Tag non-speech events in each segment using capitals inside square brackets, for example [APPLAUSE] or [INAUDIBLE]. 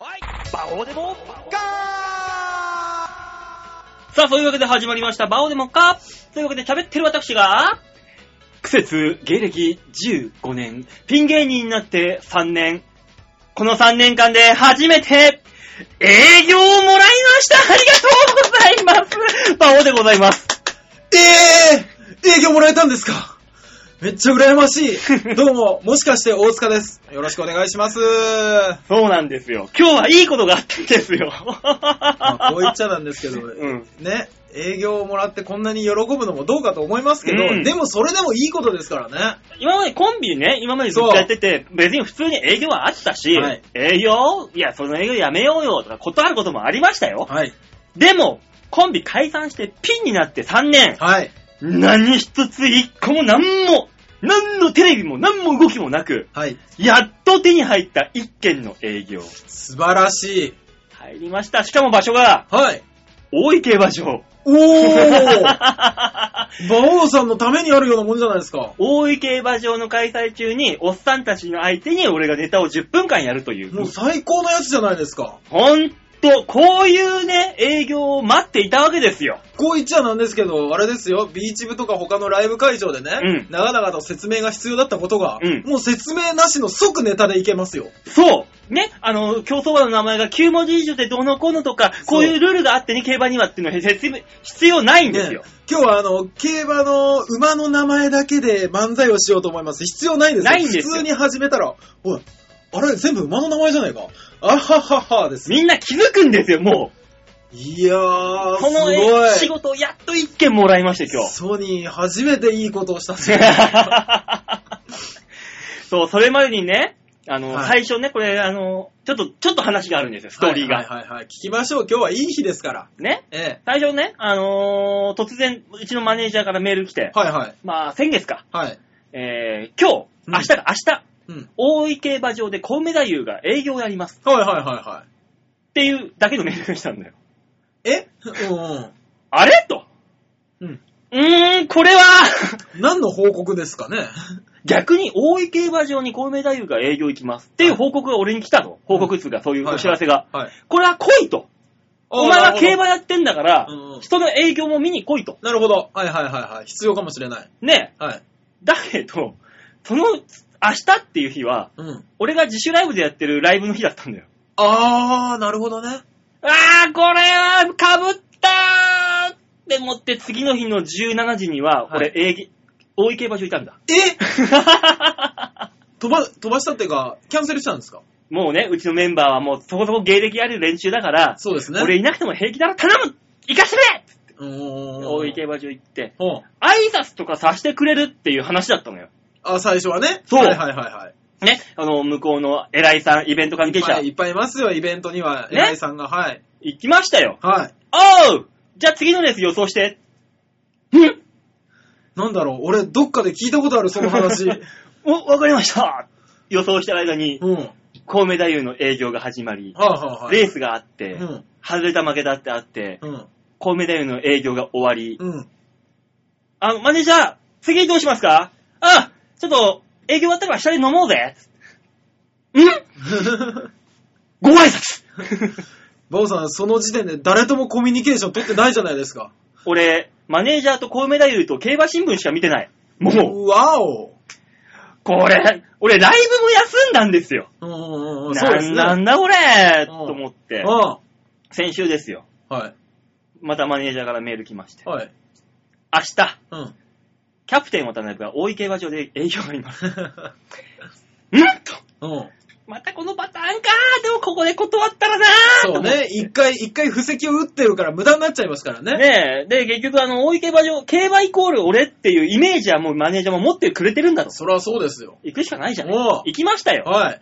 バオデモカーさあ、そういうわけで始まりました、バオデモカーというわけで喋ってる私が、苦節、芸歴15年、ピン芸人になって3年、この3年間で初めて、営業をもらいましたありがとうございますバオでございますええー、営業もらえたんですかめっちゃ羨まし [LAUGHS] い。どうも、もしかして大塚です。よろしくお願いします。そうなんですよ。今日はいいことがあったんですよ。まあ、こう言っちゃなんですけど、 [LAUGHS] うんね、営業をもらってこんなに喜ぶのもどうかと思いますけど、うんでもそれでもいいことですからね。今までコンビね、今までずっとやってて、別に普通に営業はあったし、はい営業いや、その営業やめようよとか断ることもありましたよ。はい。でも、コンビ解散してピンになって3年、はい。何一つ一個も何も、何のテレビも何も動きもなく、はい。やっと手に入った一件の営業。素晴らしい。入りました。しかも場所が、はい。大井競馬場。お [LAUGHS] ー馬王さんのためにあるようなもんじゃないですか。大井競馬場の開催中に、おっさんたちの相手に俺がネタを10分間やるという。もう最高のやつじゃないですか。ほんと、こういうね、営業を待っていたわけですよ。こう言っちゃなんですけど、あれですよ、ビーチ部とか他のライブ会場でね、うん長々と説明が必要だったことが、うんもう説明なしの即ネタでいけますよ。そうね、あの、競走馬の名前が9文字以上でどうのこうのとか、こういうルールがあってね、競馬にはっていうのは説明、必要ないんですよね。今日はあの、競馬の馬の名前だけで漫才をしようと思います。必要ないですよ。ないんですよ普通に始めたら、おい、あれ全部馬の名前じゃないか。あはははです。みんな気づくんですよ、もいやう。ー、この仕すごい。事をやっと1件もらいました、今日。ソニー初めていいことをしたっすね [LAUGHS] そう、それまでにね、あの、は最い初ね、これ、あの、ちょっと、ちょっと話があるんですよ、 [LAUGHS] ストーリーが。はいはいはいはい。聞きましょう。今日はいい日ですから。ね。え最初ね、あのー突然、うちのマネージャーからメール来て、え。はいはい。まあ、先月か、はい。えー、今日、うん明日か、明日、うん。大井競馬場で小梅太夫が営業をやりますはいはいはいはい。っていうだけのメールが来たんだよ。えうんあれと。うん。うーん、これは何の報告ですかね [LAUGHS] 逆に大井競馬場に小梅太夫が営業行きますっていう報告が俺に来たの。報告つうか、そういうお知らせが。 [LAUGHS] はい。これは来いと。お前は競馬なやってんだからうんう、ん人の営業も見に来いと。るほど。はいはいはいはい。必要かもしれない。ね。はい。だけど、その、明日っていう日は、うん。俺が自主ライブでやってるライブの日だったんだよ。あー、なるほどね。あー、これは、かぶったーって思って、次の日の17時には、は俺、い営業、大井競馬場いたん [LAUGHS] だ。え飛ば、飛ばしたっていうか、キャンセルしたんですかもうね、うちのメンバーはもうそこそこ芸歴ある連中だから、そうですね。俺いなくても平気だろ、頼む行かしてくうーん。れ大井競馬場行って、ほう挨拶とかさせてくれるっていう話だったのよ。あ、最初はね。そうはいはいはいはい。ね、あの、向こうの偉いさん、イベント関係者、はい、いっぱいいますよ、イベントにねは。偉いさんが、はい。行きましたよ。はい。おうじゃあ次のレース予想して。んなんだろう、俺、どっかで聞いたことある、その話。お、わかりました予想してる間に、 [LAUGHS] うん。はい神戸太夫の営業が始まり、はいはい。レースがあって、うん。外れた負けだってあって、うん。コウメ太夫の営業が終わり、 [LAUGHS] うん。あの、マネージャー、次どうしますかあ、ちょっと、営業終わったから下で飲もうぜ。んご挨 [LAUGHS] 拶バオさん、その時点で誰ともコミュニケーション取ってないじゃないですか。俺、マネージャーとコウメ太夫と競馬新聞しか見てない。もう、わお。これ、俺ライブも休んだんですよ。うんうんうん、そうなですんね。なんだこれんと思ってうん。、は先週ですよ。い。またマネージャーからメール来まして。はい。明日、うん。キャプテン渡辺が大井競馬場で営業があり [LAUGHS] ます。んと。うん。またこのパターンかでもここで断ったらなそうね。一回、一回布石を打ってるから無駄になっちゃいますからね。ねえ。で、結局あの、大井競馬場、競馬イコール俺っていうイメージはもうマネージャーも持ってくれてるんだと。そりゃそうですよ。行くしかないじゃん。おう行きましたよ。は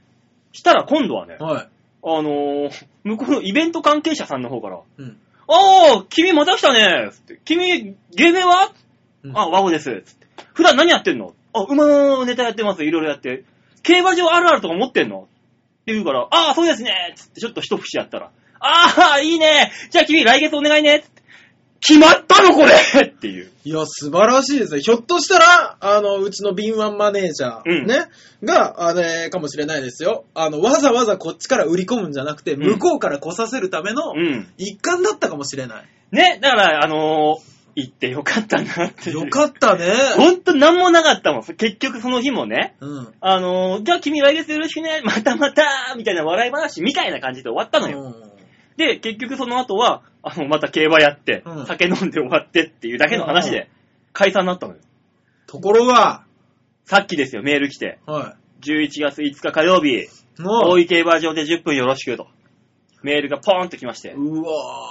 したら今度はねい。、はい。あのー向こうのイベント関係者さんの方から、うん。ああ、君また来たねつって君、芸名は、うんあ、ワゴです。つって普段何やってんのあ、馬のネタやってます。いろいろやって。競馬場あるあるとか持ってんのって言うから、ああ、そうですね。つってちょっと一節やったら、ああ、いいね。じゃあ君来月お願いね。つって決まったのこれっていう。いや、素晴らしいですね。ひょっとしたら、あの、うちの敏腕マネージャー、うんね、が、あれかもしれないですよ。あの、わざわざこっちから売り込むんじゃなくて、ん向こうから来させるためのうん。一環だったかもしれない。ね、だから、あのー行ってよかったなっていう。 [LAUGHS] よかったね。ほんとなんもなかったもん。結局その日もね、うん。あのーじゃあ君来月よろしくね、またまたみたいな笑い話みたいな感じで終わったのよ。で、結局その後は、あの、また競馬やって、うん酒飲んで終わってっていうだけの話うんうで、解散になったのよ。ところが、さっきですよ、メール来て。は11月5日火曜日、い。大の、井競馬場で10分よろしくと。メールがポーンと来まして、う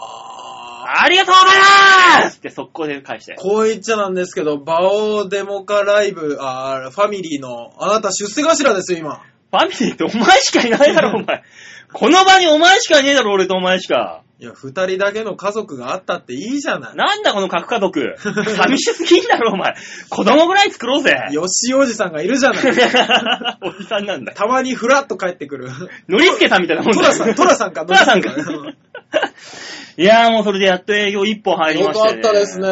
わありがとうございますって速攻で返してー。こう言っちゃなんですけど、バオデモカライブ、あーファミリーの、あなた出世頭ですよ、今。ファミリーってお前しかいないだろ、お前。この場にお前しかいねえだろ、俺とお前しか。いや、二人だけの家族があったっていいじゃない。なんだこの核家 [LAUGHS] 族。寂しすぎんだろ、お前。子供ぐらい作ろうぜ。よしおじさんがいるじゃない。 [LAUGHS] おじさんなんだ。たまにふらっと帰ってくる。ノリスケさんみたいなもんトだラさん、トラさん [LAUGHS] か、トラさんかどっちか。いやーもうそれでやっと営業一本入りよましかたったですね。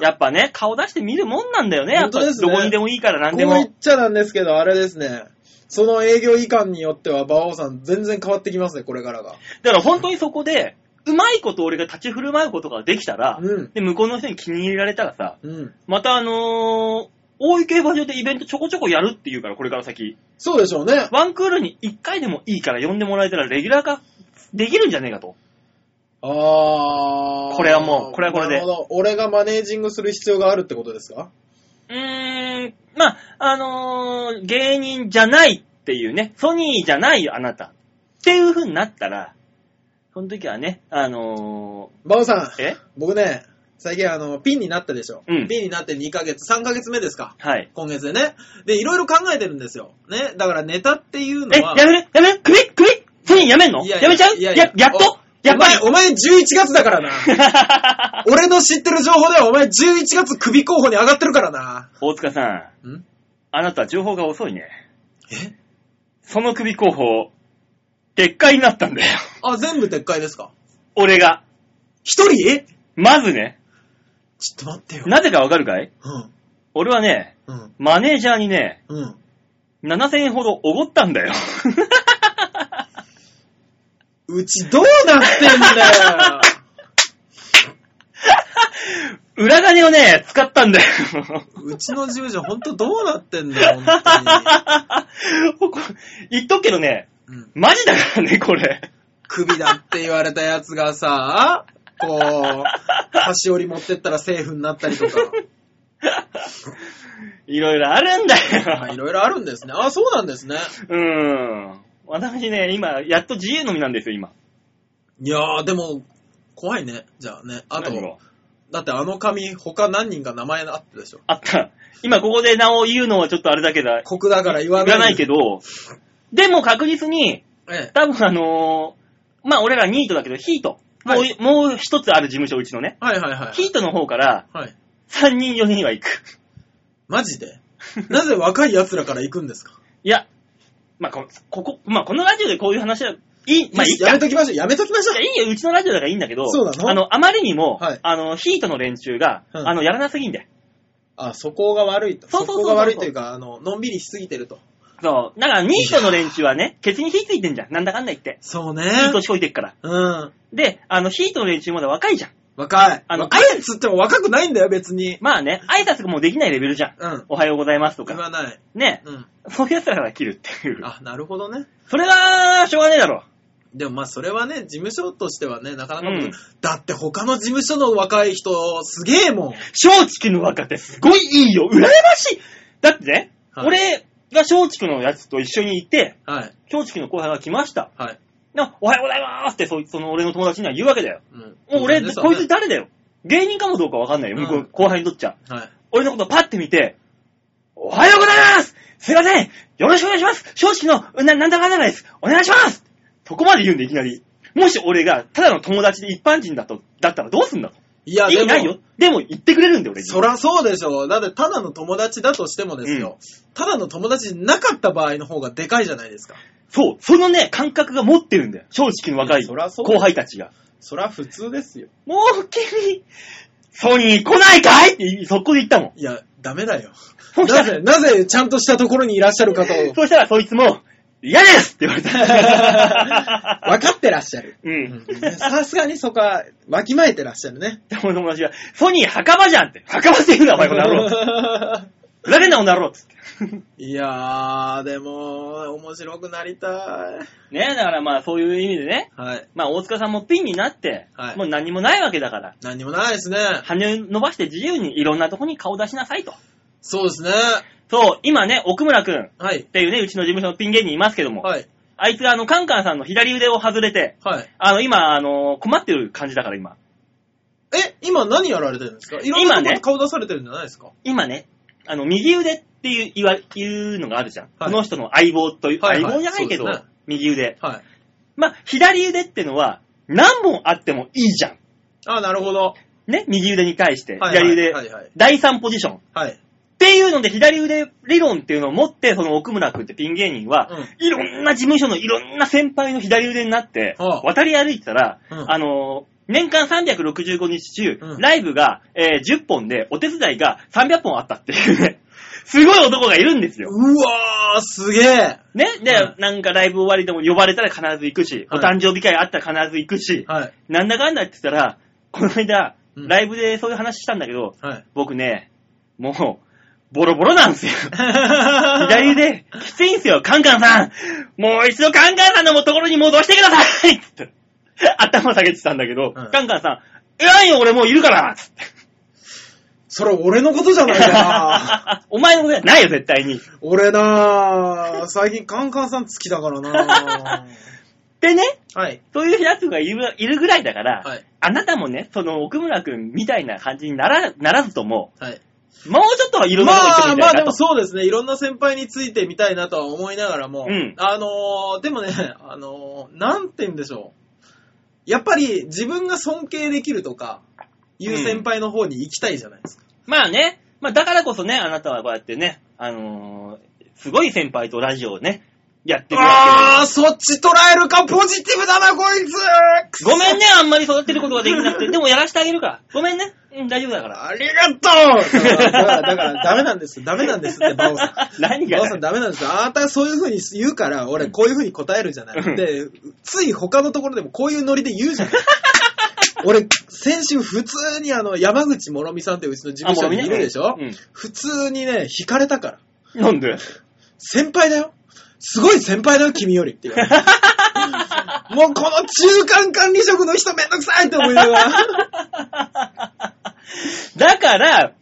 やっぱね、顔出して見るもんなんだよね。やっぱ、本当ですねどこにでもいいから何でこう言もっ。ちゃなんですけど、あれですね。その営業いかんによっては、馬王さん全然変わってきますね、これからが。だから本当にそこで、うまいこと俺が立ち振る舞うことができたら、うん。で、向こうの人に気に入られたらさ、うん。またあのー、大井競馬場でイベントちょこちょこやるっていうから、これから先。そうでしょうね。ワンクールに1回でもいいから呼んでもらえたら、レギュラー化できるんじゃねえかと。あー。これはもうこれはこれでなるほど。俺がマネージングする必要があるってことですかうーん、まあ、あのー、芸人じゃないっていうね、ソニーじゃないよ、あなた。っていう風になったら、その時はね、あの馬王さん、ー、え僕ね、最近あの、ピンになったでしょ。うんピンになって2ヶ月、3ヶ月目ですか。はい。今月でね。で、いろいろ考えてるんですよ。ね。だからネタっていうえ、のやは。めるやめる首首ソニーやめんのいややいやめちゃういややいややっとおやっぱりお前、お前11月だからな。 [LAUGHS] 俺の知ってる情報ではお前11月首候補に上がってるからな。 [LAUGHS] 大塚さん、んあなた情報が遅いね。えその首候補、撤回になったんだよ。あ、全部撤回ですか俺が。一人まずね、ちょっと待ってよ。なぜかわかるかいうん。俺はね、うん。マネージャーにね、うん。 7000円ほどおごったんだよ。 [LAUGHS] うちどうなってんだよ。裏金をね、使ったんだよ。 [LAUGHS] [LAUGHS] うちの事務所ほんとどうなってんだよ、ほんと言っとくけどね、に。うん。マジだからね、これ。首だって言われたやつがさ、こう、箸折り持ってったらセーフになったりとか。いろいろあるんだまあいよ。ろいろあるんですね。あ、そうなんですね。うーん。私ね、今、やっと自由の身なんですよ、今。いやー、でも、怖いね。じゃあね。あと、何がだってあの紙、他何人か名前あったでしょ。あった。今ここで名を言うのはちょっとあれだけだ。国だから言わ言ない。わないけど、でも確実に、ど。ええ。多分あのーまあ俺らニートだけど、ヒート。もう、はもう一つある事務所、うちのね。はいはいはヒートの方から、い。はい。 3人4人は行く。マジで [LAUGHS] なぜ若い奴らから行くんですかいや、まあこ、ここ、まあこのラジオでこういう話は、いい、まあいいか。やめときましょう。やめときましょいや、いいよ、うちのラジオだからいいんだけど、そうなのあの、あまりにも、はいあの、ヒートの連中が、うんあの、やらなすぎんだよ。あ、そこが悪いと。そうそそうそうこが悪いというか、あの、のんびりしすぎてると。そう。だから、ニートの連中は [LAUGHS] ね、ケツに火ついてんじゃん。なんだかんだ言って。そうね。いい年こいてっから。 [LAUGHS] うん。で、あの、ヒートの連中まだ若いじゃん。若い。ああのの、若いっつっても若くないんだよ、別に。まあね、挨拶がもうできないレベルじゃん。うん。おはようございますと言か。わない。ね。うん。そういう奴らが切るっていう。あ、なるほどね。それは、しょうがねえだろ。でもまあ、それはね、事務所としてはね、なかなか難しい、うんだって他の事務所の若い人、すげえもん。松竹の若手、すごいいいよ。羨ましい。だってね、はい俺が松竹のやつと一緒にいて、はい。松竹の後輩が来ました。はい。な、おはようございますって、そいその俺の友達には言うわけだよ。うん。もう俺、ですよこねいつ誰だよ。芸人かもどうかわかんないよ。うん向こう、後輩にとっちゃ。はい。俺のことパッて見て、おはようございますすいませんよろしくお願いします正直の、な、なんだかんだですお願いしますそこまで言うんでいきなり。もし俺が、ただの友達で一般人だと、だったらどうすんだと。いや、意で味ないもよ。。でも言ってくれるんだよ、俺に。そらそうでしょう。だって、ただの友達だとしてもですよ。ただの友達じゃなかった場合の方がでかいじゃないですか。そう。そのね、感覚が持ってるんだよ。正直の若いそらそう後輩たちが。そら普通ですよ。もう君、ソニー来ないかいって速攻で言ったもん。いや、ダメ [LAUGHS] だよ。そうしたならぜ、なぜちゃんとしたところにいらっしゃるか [LAUGHS] と、 [LAUGHS] そうしたらそいつも、嫌ですって言われた。 [LAUGHS] 分かってらっしゃる。ううんん。さすがにそこは、わきまえてらっしゃるね。でも友達が、ソニー墓場じゃんって。墓場って言うな、お前この野郎。ふざけんな、この野郎っつって。 [LAUGHS] いやー、でも、面白くなりた [LAUGHS] い。ねだからまあそういう意味でね。はい。まあ大塚さんもピンになって、はいもう何もないわけだから。何にもないですね。羽伸ばして自由にいろんなとこに顔出しなさいと。そうですね。そう、今ね、奥村くんっはい。ていうね、うちの事務所のピン芸人いますけども、はい。あいつがあの、カンカンさんの左腕を外れて、はい。あの、今、あの、困ってる感じだから今。え、今何やられてるんですかいろん今なとこねに顔出されてるんじゃないですか、今ね、あの、右腕っていう、言わ、言うのがあるじゃん。はいこの人の相棒という、はいはい相棒じゃないけど、そうですね右腕。はい。まあ、左腕ってのは、何本あってもいいじゃん。あ、なるほど。ね、右腕に対して、はいはい左腕、はいはい第3ポジション。っはい。ていうので、左腕理論っていうのを持って、その奥村君ってピン芸人は、いろんな事務所のいろんな先輩の左腕になって、はあ渡り歩いてたら、うんあのー年間365日中、うんライブが、えー10本で、お手伝いが300本あったっていうね、 [LAUGHS] すごい男がいるんですよ。うわー、すげえ。ね、で、はなんかライブ終わりでも呼ばれたら必ず行くし、はおい誕生日会あったら必ず行くし、はい。なんだかんだって言ったら、この間、うんライブでそういう話したんだけど、はい。僕ね、もう、ボロボロなんですよ。 [LAUGHS] [LAUGHS] 左左。腕、きついんすよ、カンカンさん。もう一度カンカンさんのところに戻してくださいつ [LAUGHS] って頭下げてたんだけど、うんカンカンさん、偉いよ、俺もういる [LAUGHS] からつってそれ俺のことじゃないか [LAUGHS] な。お前のことじゃないよ、絶対に。俺なー、最近カンカンさん好きだからなー。でね、はい。そういうやつがいるいるぐらいだから、はい。あなたもね、その奥村くんみたいな感じにならならずとも、はい。もうちょっといろんまなとこ行ってもいあいんじまゃあなでいかもとそうですね、いろんな先輩についてみたいなとは思いながらも、うんあのー、でもね、 [LAUGHS] あのー、なんて言うんでしょう。やっぱり自分が尊敬できるとか、いう先輩の方に行きたいじゃないですか。まあね、まあだからこそね、あなたはこうやってね、あのーすごい先輩とラジオをね、やってるわけであー、そっち捉えるかポジティブだな、こいつくそごめんね、あんまり育てることができなく [LAUGHS] て。でもやらせてあげるから。ごめんね。うん、大丈夫だから。ありがとう [LAUGHS] だから、だからダメなんです。ダメなんですって、バオさん。何バオさがんダメなんですよ。あなたがそういう風に言うから、俺こういう風に答えるじゃなうんい。で、つい他のところでもこういうノリで [LAUGHS] 言うじゃない。俺、先週普通にあの、山口もろみさんってうちの事務所にいるでしあょもろみね普通にね、惹かれたから。なんで先輩だよ。すごい先輩だよ、君よりって言われ [LAUGHS] てもうこの中間管理職の人めんどくさいって思いながら。 [LAUGHS] だから、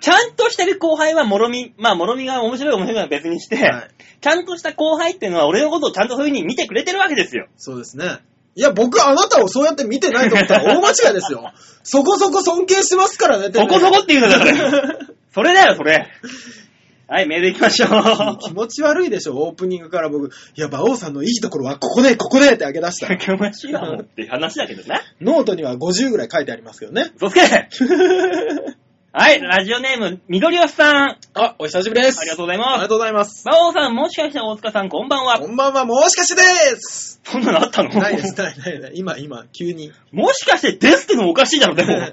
ちゃんとしてる後輩はもろみ、まあもろみが面白い面白いのは別にして、はいちゃんとした後輩っていうのは俺のことをちゃんとそういう風に見てくれてるわけですよ。そうですね。いや、僕、あなたをそうやって見てないと思ったら大間違いですよ。 [LAUGHS] そこそこ尊敬してますからね、そこそこっていうのだから。ら。それだよ、それ。 [LAUGHS] はい、メール行きましょ [LAUGHS] 気う。持ち悪いでしょ、オープニングから僕。いや、馬王さんのいいところはここで、ここでってあげ [LAUGHS] 出した。やましいわ、もうっていう話だけどな。ノートには50ぐらい書いてありますけ [LAUGHS] どね。嘘つけはい、ラジオネーム、みどりおさん。ああ、お久しぶりです。りがとううございありまがす。とうございます。馬王さん、もしかして大塚さん、こんばんはこ。んばんは、もしかしてですそんなのあったのないです、ないないない。今、今、急に。もしかしてですってのもおかしいだろ、で [LAUGHS] も。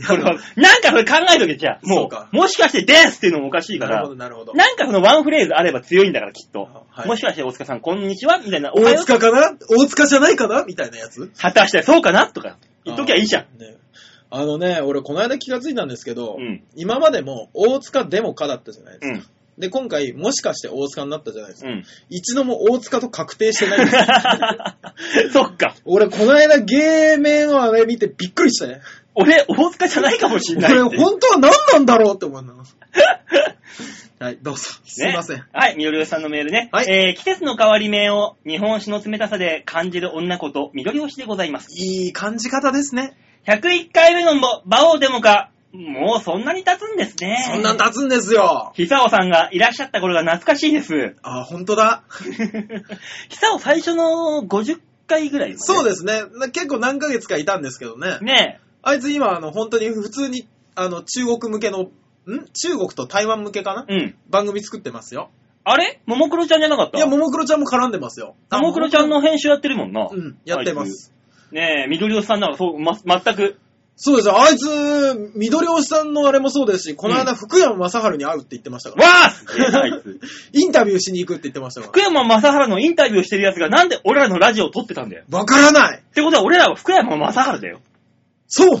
それはなんかそれ考えとけ、じゃあ。そもうかう、もしかしてですっていうのもおかしいかならるほど、。なるほど。なんかそのワンフレーズあれば強いんだから、きっと。はいもしかして大塚さん、こんにちはみたいな。おは大よう。塚かな大塚じゃないかなみたいなやつ果たしてそうかなとか。言っときゃいいじゃん。ん。ねあのね、俺、この間気がついたんですけど、うん今までも大塚でもかだったじゃないでうすか。ん。で、今回、もしかして大塚になったじゃないですか。うん。一度も大塚と確定してないんですよ [LAUGHS] [LAUGHS] そっか。俺、この間、芸名のあれ見てびっくりしたね。俺、大塚じゃないかもしんない俺、っていう。本当は何なんだろうって思うの。 [LAUGHS] はい、どうぞ。すいません。ね、はい、みどりおさんのメールね。はいえー、季節の変わり目を日本酒の冷たさで感じる女こと、みどりおしでございます。いい感じ方ですね。 101回目の馬王デモか、もうそんなに経つんですね。そんなん立つんですよ。久尾さんがいらっしゃった頃が懐かしい [LAUGHS] です。あ、本当だ。久尾最初の50回ぐらい、そうでですね。な結構何ヶ月かいたんですけどね。ねあいつ今、あの、本当に普通に、あの、中国向けの、ん中国と台湾向けかなえ。うん。番組作ってますよ。あれももクロちゃんじゃなかったいや、ももクロちゃんも絡んでますよ。ももクロちゃんの編集やってるもんな。うん、やってます。ねえ、緑吉さんなんかそう、ま、全く。そうですよ。あいつ、緑押しさんのあれもそうですし、この間、福山雅治に会うって言ってましたから。わーすげえなあいつ。インタビューしに行くって言ってましたか福山雅治のインタビューしてるやつがなんで俺らのラジオを撮ってたんだよ。ら。わからないってことは俺らは福山雅治 [LAUGHS] だよ。そうね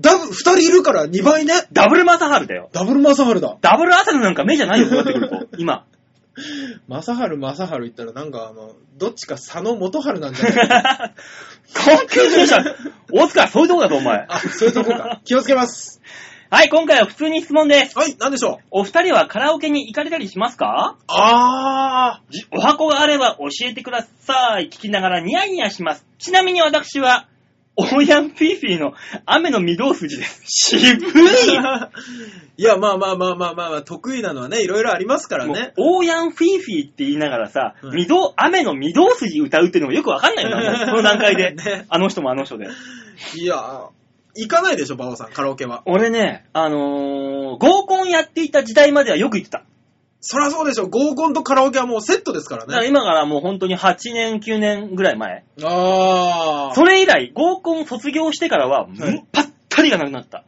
ダブ、二人いるから2倍ねダブル雅治だよ。ダブル雅治だ。ダブル朝のなんか目じゃないよ、そうなってくると。今。 [LAUGHS] 雅治、雅治言ったらなんかあの、どっちか佐野元春なんじゃないか。困窮住者。大塚、そういうとこだぞ、お前。 [LAUGHS] あ、そういうとこか。気をつけます。はい、今回は普通に質問です。はい、なんでしょうお二人はカラオケに行かれたりしますかあじお箱があれば教えてください。聞きながらニヤニヤします。ちなみに私は、オーヤンピーピーの雨の御堂筋です。渋いー [LAUGHS] いや、まあまあまあまあまあまあ、得意なのはね、いろいろありますからもねう。オーヤンフィーフィーって言いながらさ、うん。御堂雨の御堂筋歌うっていうのもよくわかんないよな、この段階で [LAUGHS] ねあの人もあの人で。いや、行かないでしょ、バオさん、カラオケは。俺ね、あのー合コンやっていた時代まではよく行ってた。そりゃそうでしょ、合コンとカラオケはもうセットですかだかららね。今からもう本当に8年、9年ぐらい前。あそれ以来、合コン卒業してからは、いぱったりがなくなった。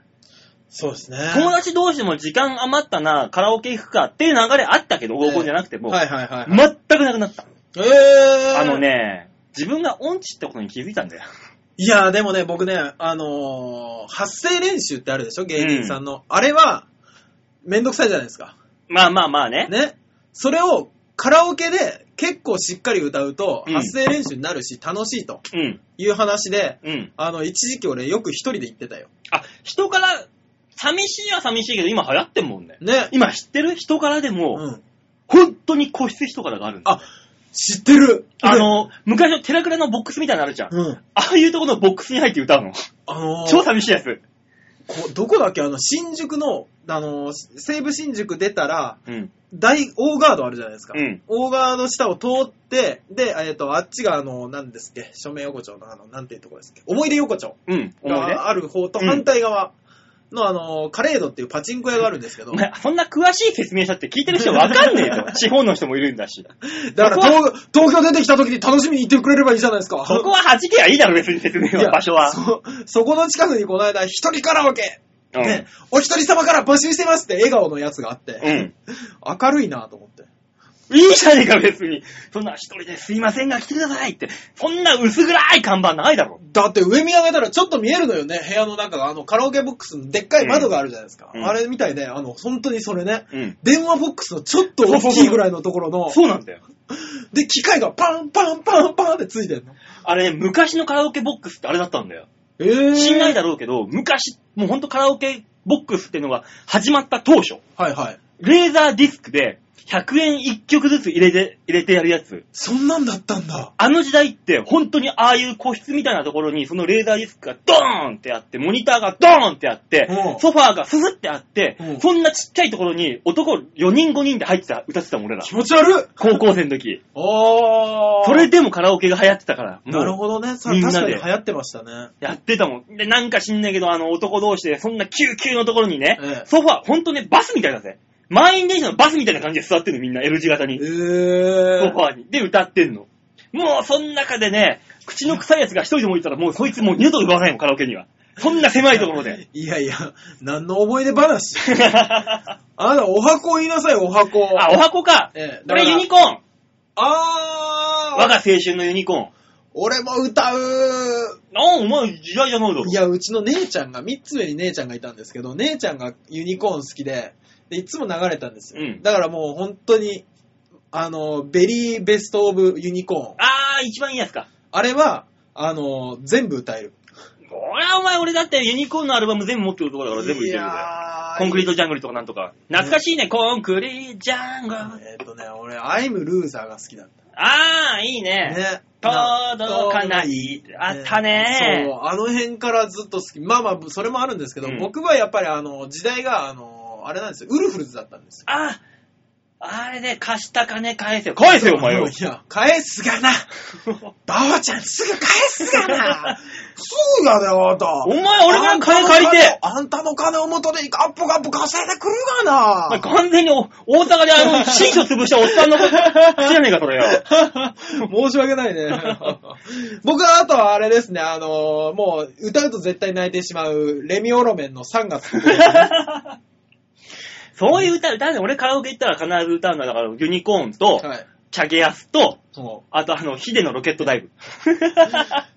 そうですね。友達同士でも時間余ったな、カラオケ行くかっていう流れあったけど、合コンじゃなくても、はいはいはいはい。全くなくなった。えー、あの。ね、自分が音痴ってことに気づいたんだよ。いや、でもね、僕ね、あのー発声練習ってあるでしょ、芸人さんの。あれは、めんどくさいじゃないですか。まあまあまあね。ね。それを、カラオケで結構しっかり歌うと、うん発声練習になるし、楽しいとうん、いう話で、うん。あの、一時期俺よく一人で行ってたよ。あ、人から、寂しいは寂しいけど、今流行ってんもんね。ね。今知ってる人からでも、うん。本当に個室人からがあるんだよ。あ、知ってる。 [LAUGHS] あ、の、昔のテラクラのボックスみたいなのあるじゃん。 [LAUGHS] うん。ああいうとこのボックスに入って歌うの。あのー超寂しいやつ。こどこだっけあの、新宿の、あのー西武新宿出たら、うん。大、大ガードあるじゃないですか。うん大ガード下を通って、で、えっ、と、あっちがあの、なんですっけ、署名横丁のあの、なんていうとこですっけ、思い出横丁うん。思い出がある方とうん反対側の、あのーカレードっていうパチンコ屋があるんですけど、お前、そんな詳しい説明したって聞いてる人わかんねえよ。地方の人もいるんだし。だかそらこ東東京出てきた時に楽しみに行ってくれればいいじゃないですか。そこは弾けばいいだろ、別に説明いやは、場所は。そ、そこの近くにこの間、一人カラオケ、うんね、お一人様から募集してますって笑顔のやつがあって、うん。明るいなと思って。いいじゃねえか、別に。そんな、一人ですいませんが来てくださいって。そんな薄暗い看板ないだろ。だって上見上げたらちょっと見えるのよね、部屋の中が。あの、カラオケボックスのでっかい窓があるじゃないですか。うんあれみたいで、あの、本当にそれね。うん。電話ボックスのちょっと大きいぐらいのところの、そうなんだよ。で、機械がパンパンパンパンってついてんの。あれね、昔のカラオケボックスってあれだったんだよ。えぇ知んないだろうけど、昔、もうほんとカラオケボックスってのが始まった当初。はいはい。レーザーディスクで、100円1曲ずつ入れて、入れてやるやつ。そんなんだったんだ。あの時代って、本当にああいう個室みたいなところに、そのレーザーディスクがドーンってあって、モニターがドーンってあってうん、ソファーがススってあってう、んそんなちっちゃいところに男4人5人で入ってた、歌ってたもん俺ら気。持ち悪い高校生の時。あー。それでもカラオケが流行ってたから、なるもうほどね。さみ確んなでかに流行ってましたね。やってたもん。で、なんか知んないけど、あの男同士で、そんな救急のところにねええ、ソファー、ほんとね、バスみたいだぜ。満員電車のバスみたいな感じで座ってるのみんな L 字型にえ。ー。ソファーに。で、歌ってんの。もう、その中でね、口の臭い奴が一人でもいたら、もうそいつもう二度と奪わないもん、カラオケには。そんな狭いところ [LAUGHS] で。いやいや、何の思い出話 [LAUGHS] あ、あなた、お箱言いなさい、お箱。お箱か。ええこれユニコーン。あー我が青春のユニコーン。俺も歌うあお前、時代じゃないだろい。や、うちの姉ちゃんが、3つ上に姉ちゃんがいたんですけど、姉ちゃんがユニコーン好きで、でいつも流れたんですよ。うんだからもう本当に、あの、ベリーベストオブユニコーン。あー、一番いいやつか。あれは、あの、全部歌える。俺はお前、俺だってユニコーンのアルバム全部持ってるところだから全部言ってるよ俺コンクリートジャングルとかなんとか。懐かしいね、コンクリートジャングル。ト。えっ、とね、俺、アイムルーザーが好きだっあー、いいた。ね。ね。届かない。あったねそう、あの辺からずっと好き。まあまあ、それもあるんですけど、うん僕はやっぱりあの、時代が、あの、あれなんですよ、ウルフルズだったんですよ。あ、あれね、貸した金返せよ。返せよ、お [LAUGHS] 前よい。や、返すがな。ばあちゃんすぐ返すがな。 [LAUGHS] すぐがだよ、あん [LAUGHS] た。お前、俺が金借りて、あんたの金を元でガッポガッポ稼いでくるおが前な。完全にお大阪であの、新所潰したおっさんのこと、知らねえか、それよ。 [LAUGHS] 申し訳ないね。 [LAUGHS] 僕はあとはあれですね、あのーもう歌うと絶対泣いてしまう、レミオロメンの3月。 [LAUGHS] そういう歌、歌うね。俺カラオケ行ったら必ず歌うんだ。だから、ユニコーンと、はい。チャゲアスと、そうあとあの、ヒデのロケットダイ [LAUGHS] ブ。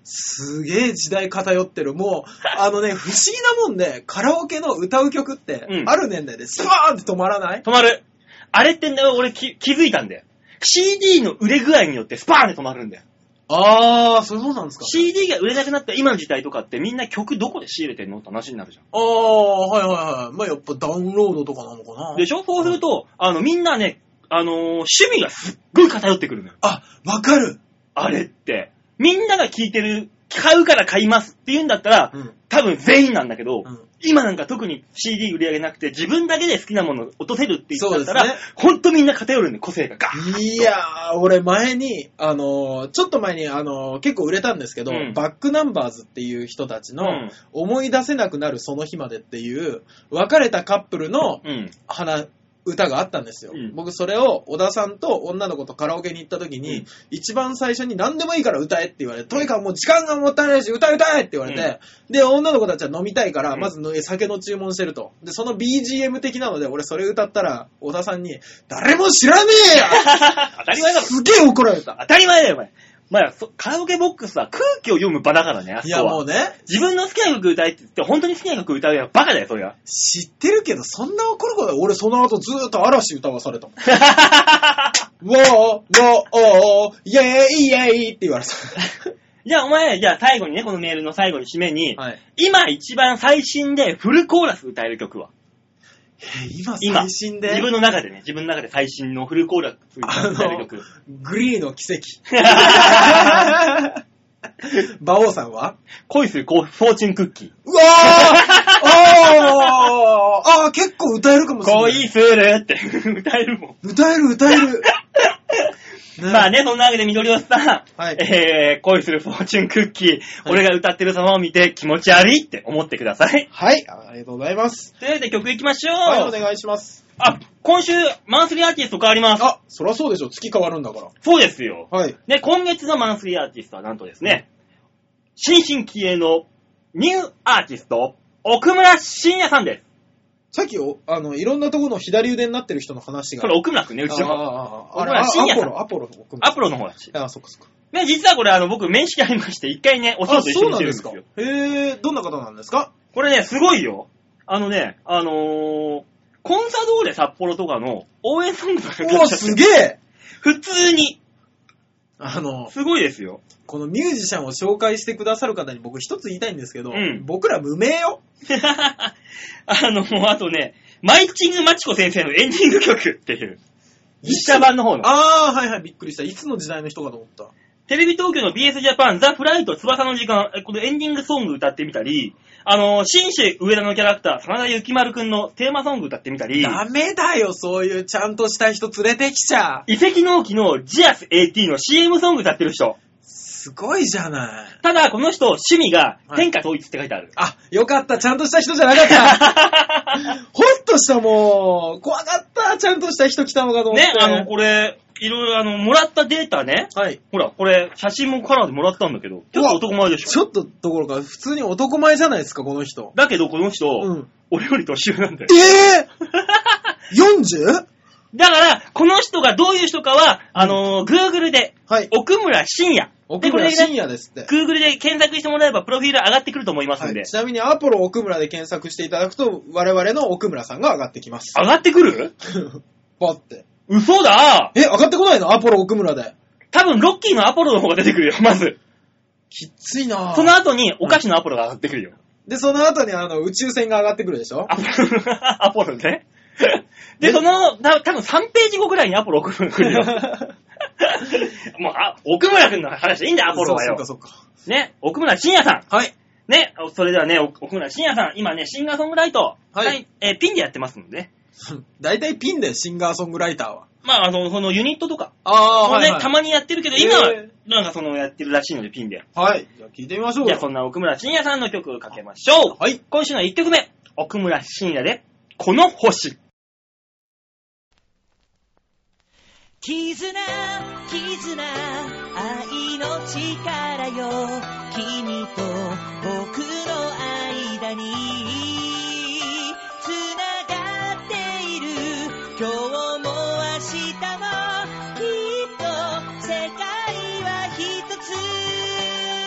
すげえ時代偏ってる。もう、あのね、不思議なもんで、カラオケの歌う曲って、うんある年代でスパーンって止まらない止まる。あれってね、俺き気づいたんだよ。CD の売れ具合によってスパーンで止まるんだよ。あー、そういうもんなんです CD が売れなくなった今の時代とかってみんな曲どこで仕入れてんのって話になるじゃ。あー、はいはいはい。まあやっぱダウンロードとかなのかなんでしょそうすると、あの、みんなね、あのー趣味がすっごい偏ってくるのよ。あ、わかる。あれって。みんなが聴いてる、買うから買いますって言うんだったら、うん。多分全員なんだけど、うん今なんか特に CD 売り上げなくて自分だけで好きなものを落とせるって言ったら、そうですほんとみんな偏るんで個性がガーッいやー、俺前に、あのーちょっと前に、あのー結構売れたんですけど、うんバックナンバーズっていう人たちの、うん思い出せなくなるその日までっていう、別れたカップルのうん。花、歌があったんですよ、うん僕それを小田さんと女の子とカラオケに行った時に、うん一番最初に何でもいいから歌えって言われて、とにかくもう時間がもったいないし歌え歌えって言われて、で、女の子たちは飲みたいから、うんまずの酒の注文してると。で、その BGM 的なので俺それ歌ったら、小田さんに、誰も知らねえよ当たり前だろ。すげえ怒られた。当たり前だよ、お前。まあ、そカラオケボックスは空気を読む場だからね、あいそやこもは。うね、自分の好きな曲歌えって言って、本当に好きな曲歌うやつバカだよ、そ [LAUGHS] りゃ。知ってるけど、そんな怒ること俺その後ずーっと嵐歌わされ [LAUGHS] たもん。ウォー、ウォー、イェーイ、イェーイって言われた。じゃあお前、じゃあ最後にね、このメールの最後に締めに、 [LAUGHS] はい。今一番最新でフルコーラス歌える曲は今、今最新で自、分の中でね、自分の中で最新のフルコーラス歌える曲。グリーの奇 [LAUGHS] 跡。馬王さんは恋するこうフォーチュンクッキー。うわあーあー結構歌えるかもしれない。恋するって [LAUGHS] 歌えるもん。歌える、歌える。 [LAUGHS] まあね、そんなわけで緑吉さん、はいえー、恋するフォーチュンクッキー、俺が歌ってる様を見て気持ち悪いって思ってください。はい、ありがとうございます。というわけで曲いきましょう。はい、お願いします。あ、今週、マンスリーアーティスト変わります。あ、そりゃそうでしょ。月変わるんだから。そうですよ。はい。で、今月のマンスリーアーティストはなんとですね、新進気鋭のニューアーティスト、奥村慎也さんです。さっきお、あの、いろんなところの左腕になってる人の話が。これ奥村くんね、うちあの。ああああれ、僕らあ深夜アさポんロ、アポロの奥村アプロの方だし。あ、そっかそっか。ね、実はこれ、あの、僕、面識ありまして、一回ね、お仕あ、事一緒そうにしなてるんんでですすかよ。。へえ、どんな方なんですか [LAUGHS] これね、すごいよ。あのね、あのー、コンサドーレ札幌とかの応援ソングとかおお、すげえ普通に、あの、すごいですよ。 [LAUGHS] このミュージシャンを紹介してくださる方に僕一つ言いたいんですけど、うん僕ら無名よ。あの、あとね、マイチングマチコ先生のエンディング曲っていう、実写版の方の。あー、はいはい、びっくりした。いつの時代の人かと思った。テレビ東京の BS ジャパン、ザ・フライト翼の時間、えこのエンディングソング歌ってみたり、あの、紳士上田のキャラクター、真田幸丸くんのテーマソング歌ってみたり、ダメだよ、そういうちゃんとした人連れてきちゃ。遺跡納期のジアス AT の CM ソング歌ってる人。すごいじゃない。ただ、この人、趣味が天下統一って書いてある。あ、よかった、ちゃんとした人じゃなかった。ほっとした、もう。怖かった、ちゃんとした人来たのかと思って。ね、あの、これ、いろいろあの、もらったデータね、はい。ほら、これ、写真もカラーでもらったんだけど、ちょっと男前でしちょ。ょっとどころか、普通に男前じゃないですか、この人。だけど、この人、うん。俺より年上なんだよ。えぇ、!?40? だから、この人がどういう人かは、あのー、Google で、はい。奥村深也。奥これ村ね深夜ですって。 Google で検索してもらえば、プロフィール上がってくると思いますんで。はい、ちなみにアポロ奥村で検索していただくと、我々の奥村さんが上がって [LAUGHS] きます。上がってくるパって。嘘だえ、上がってこないのアポロ奥村で。多分、ロッキーのアポロの方が出てくるよ、 [LAUGHS] まず。きっついなぁその後に、お菓子のアポロが上がってくる [LAUGHS] よ。で、その後にあの、宇宙船が上がってくるでしょアポロ、アポロね。で、えその、た多分3ページ後ぐらいにアポロ送る来るよ。 [LAUGHS] もう、あ、奥村くんの話でいいんだよ、アポロはよそう。そうか、そうね、奥村深也さん。か。はい。 [LAUGHS] ね、それではね、お奥村深也さん、今ね、シンガーソングライト、はいえーピンでやってますので、大体ピンだよ、シンガーソングライターは。まあ、あの、そのユニットとか、あもうね、たまにやってるけど、今、へなんかそのやってるらしいのでピンで。はい。じゃあ聞いてみましょうじゃあよ。そんな奥村深也さんの曲をかけましょう。はい。今週の1曲目、奥村深也で、この星。絆、絆、愛の力よ。君と僕の間に、繋がっている。今日も明日も、きっと世界は一つ。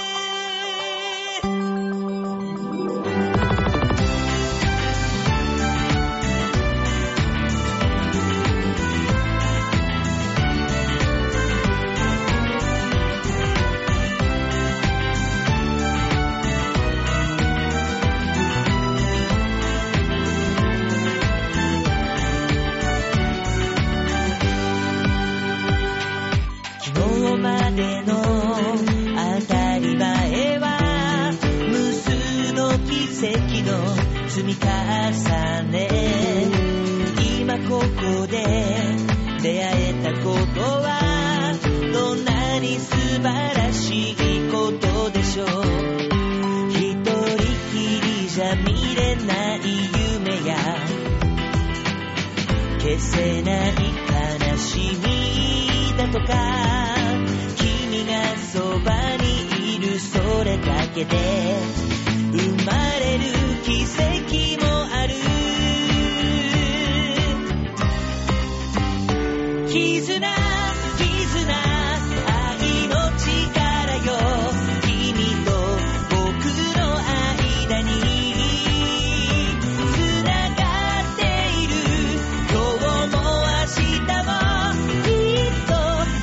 昨日までの当たり前は無数の奇跡の積み重ね今ここで出会えたことはどんなに素晴らしいことでしょう一人きりじゃ見れない夢や消せない悲しみだとか君がそばにいるそれだけで生まれる奇跡もある絆絆愛の力よ君と僕の間に繋がっている今日も明日もきっと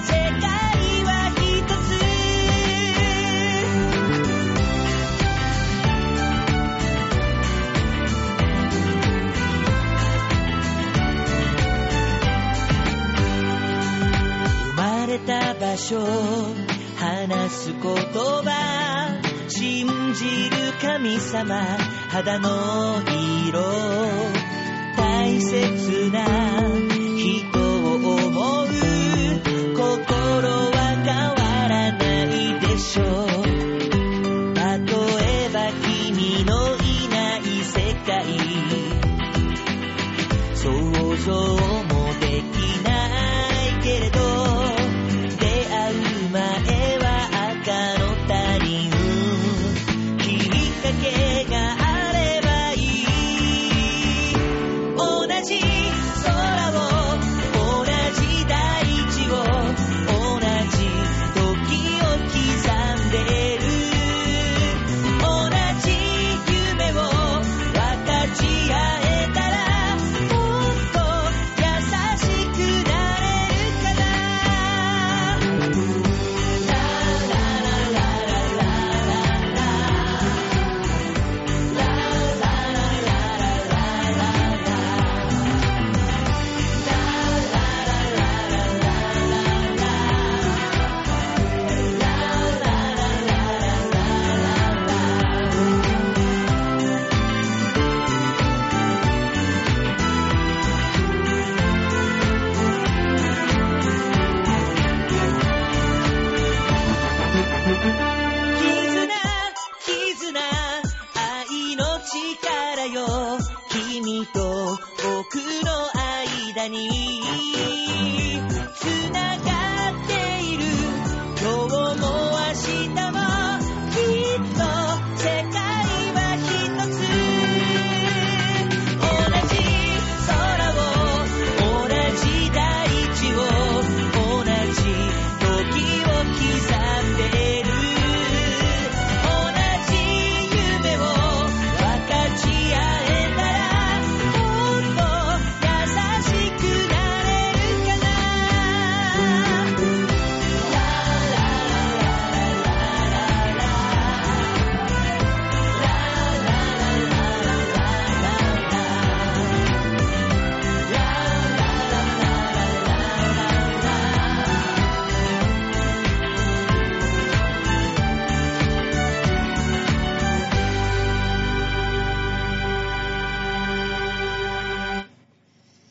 世界は一つ生まれた場所話す言葉信じる神様肌の色大切な人を思う心は変わらないでしょう例えば君のいない世界想像もできないけれど出会う前は赤の他人きっかけがあればいい同じ空を同じ大地を同じ時を刻んでる同じ夢を分かち合えたらもっと優しくなれるかなラララララ絆、絆、愛の力よ。君と僕の間に、繋がっている。今日も明日も、きっと世界は一つ。同じ空を、同じ大地を、同じ時を刻んでる。同じ夢を分かち合えたら、もっと優しくなれるかな。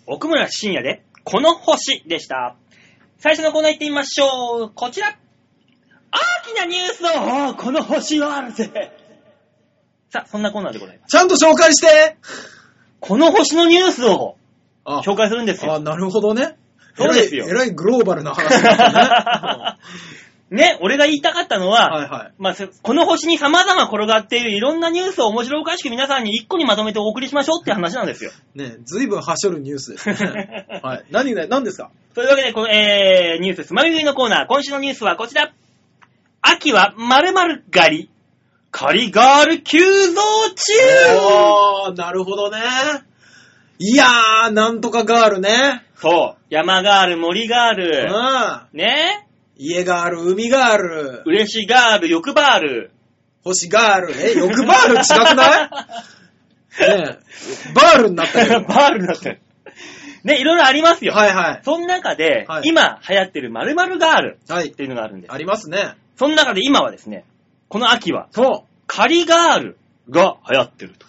村深也で、この星でした。最初のコーナー行ってみましょう。こちら。大きなニュースの、おーこの星はあるぜ。さあ、そんなコーナーでございます。ちゃんと紹介してこの星のニュースをあ紹介するんですよあ、。なるほどね。そうですよえらいえらいグローバルな話だったね。 [LAUGHS] ね、俺が言いたかったのうんは、はいはい。まあ、せこの星に様々転がっているいろんなニュースを面白おかしく皆さんに一個にまとめてお送りしましょうって話なんですよ。ねずいぶんはしょるニュースです [LAUGHS] ね。はい。何が、何ですかというわけで、この、えー、ニュースつまみ食いのコーナー、今週のニュースはこちら。秋は〇〇狩り。狩りガール急増中おー、なるほどね。いやー、なんとかガールね。そう。山ガール、森ガーうル、ん。ね家ガール、海ガール、嬉しガール、欲バール。星ガール。え、欲バール違くないねえ、バールにな [LAUGHS] バったけど。ールだって。ね、いろいろありますよ。はいはい。その中で、はい今流行ってる〇〇ガールはいっ。ていうのがあるんです。ありますね。その中で今はですね、この秋は、そう。狩りガールが流行ってると。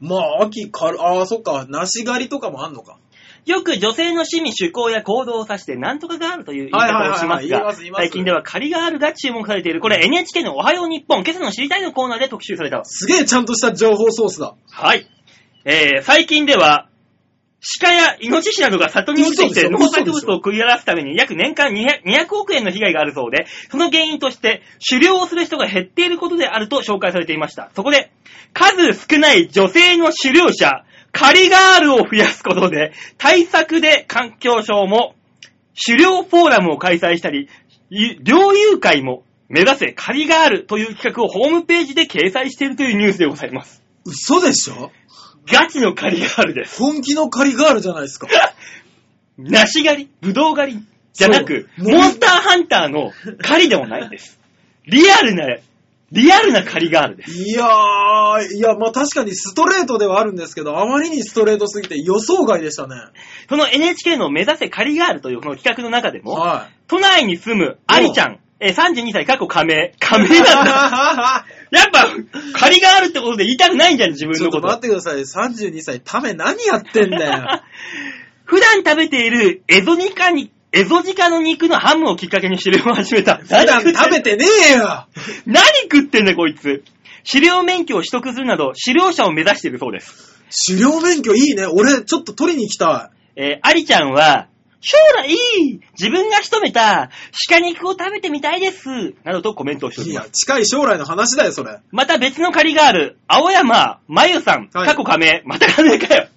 まあ、秋かる、ああ、そっか、梨狩りとかもあんのか。よく女性の趣味、趣向や行動を指して、なんとかガールという言いはいは方いをはいします言いがます言い、ます最近では狩りガールが注目されている。これ NHK のおはよう日本、今朝の知りたいのコーナーで特集されたわ。すげえちゃんとした情報ソースだ。はい。えー、最近では、鹿やイノシシなどが里に落ちてきて嘘でしょ農作物を食い荒らすために約年間 200, 200億円の被害があるそうで、その原因として狩猟をする人が減っていることであると紹介されていました。そこで、数少ない女性の狩猟者、狩りガールを増やすことで、対策で環境省も狩猟フォーラムを開催したり、い猟友会も目指せ狩りガールという企画をホームページで掲載しているというニュースでございます。嘘でしょガチの狩りガールです。 [LAUGHS] 本気の狩りガールじゃないですか。梨狩り、ぶどう狩りじゃなく、そうモンスターハンターの狩りでもないんです。リアルな、リアルな狩りガールです。いやー、いや、まあ確かにストレートではあるんですけど、あまりにストレートすぎて予想外でしたね。その NHK の目指せ狩りガールというこの企画の中でも、は都内に住むアリちゃん、えー32歳、過去仮名。仮名だ [LAUGHS] った。い。やっぱ、狩りガールってことで言いたくないんじゃん、自分ちょのっとこと。待ってください。32歳、ため何やってん [LAUGHS] だよ。普段食べているエゾニカに、エゾジカの肉のハムをきっかけに狩猟を始めた。普段食べてねえよ。何食ってんだこいつ。狩猟免許を取得するなど、狩猟者を目指しているそうです。狩猟免許いいね。俺、ちょっと取りに行きたい。えー、アリちゃんは、将来、自分が仕留めた鹿肉を食べてみたいです。などとコメントをしておいりまやす。、近い将来の話だよ、それ。また別の狩りがある、青山真由さん、はい過去仮名、また仮名かよ。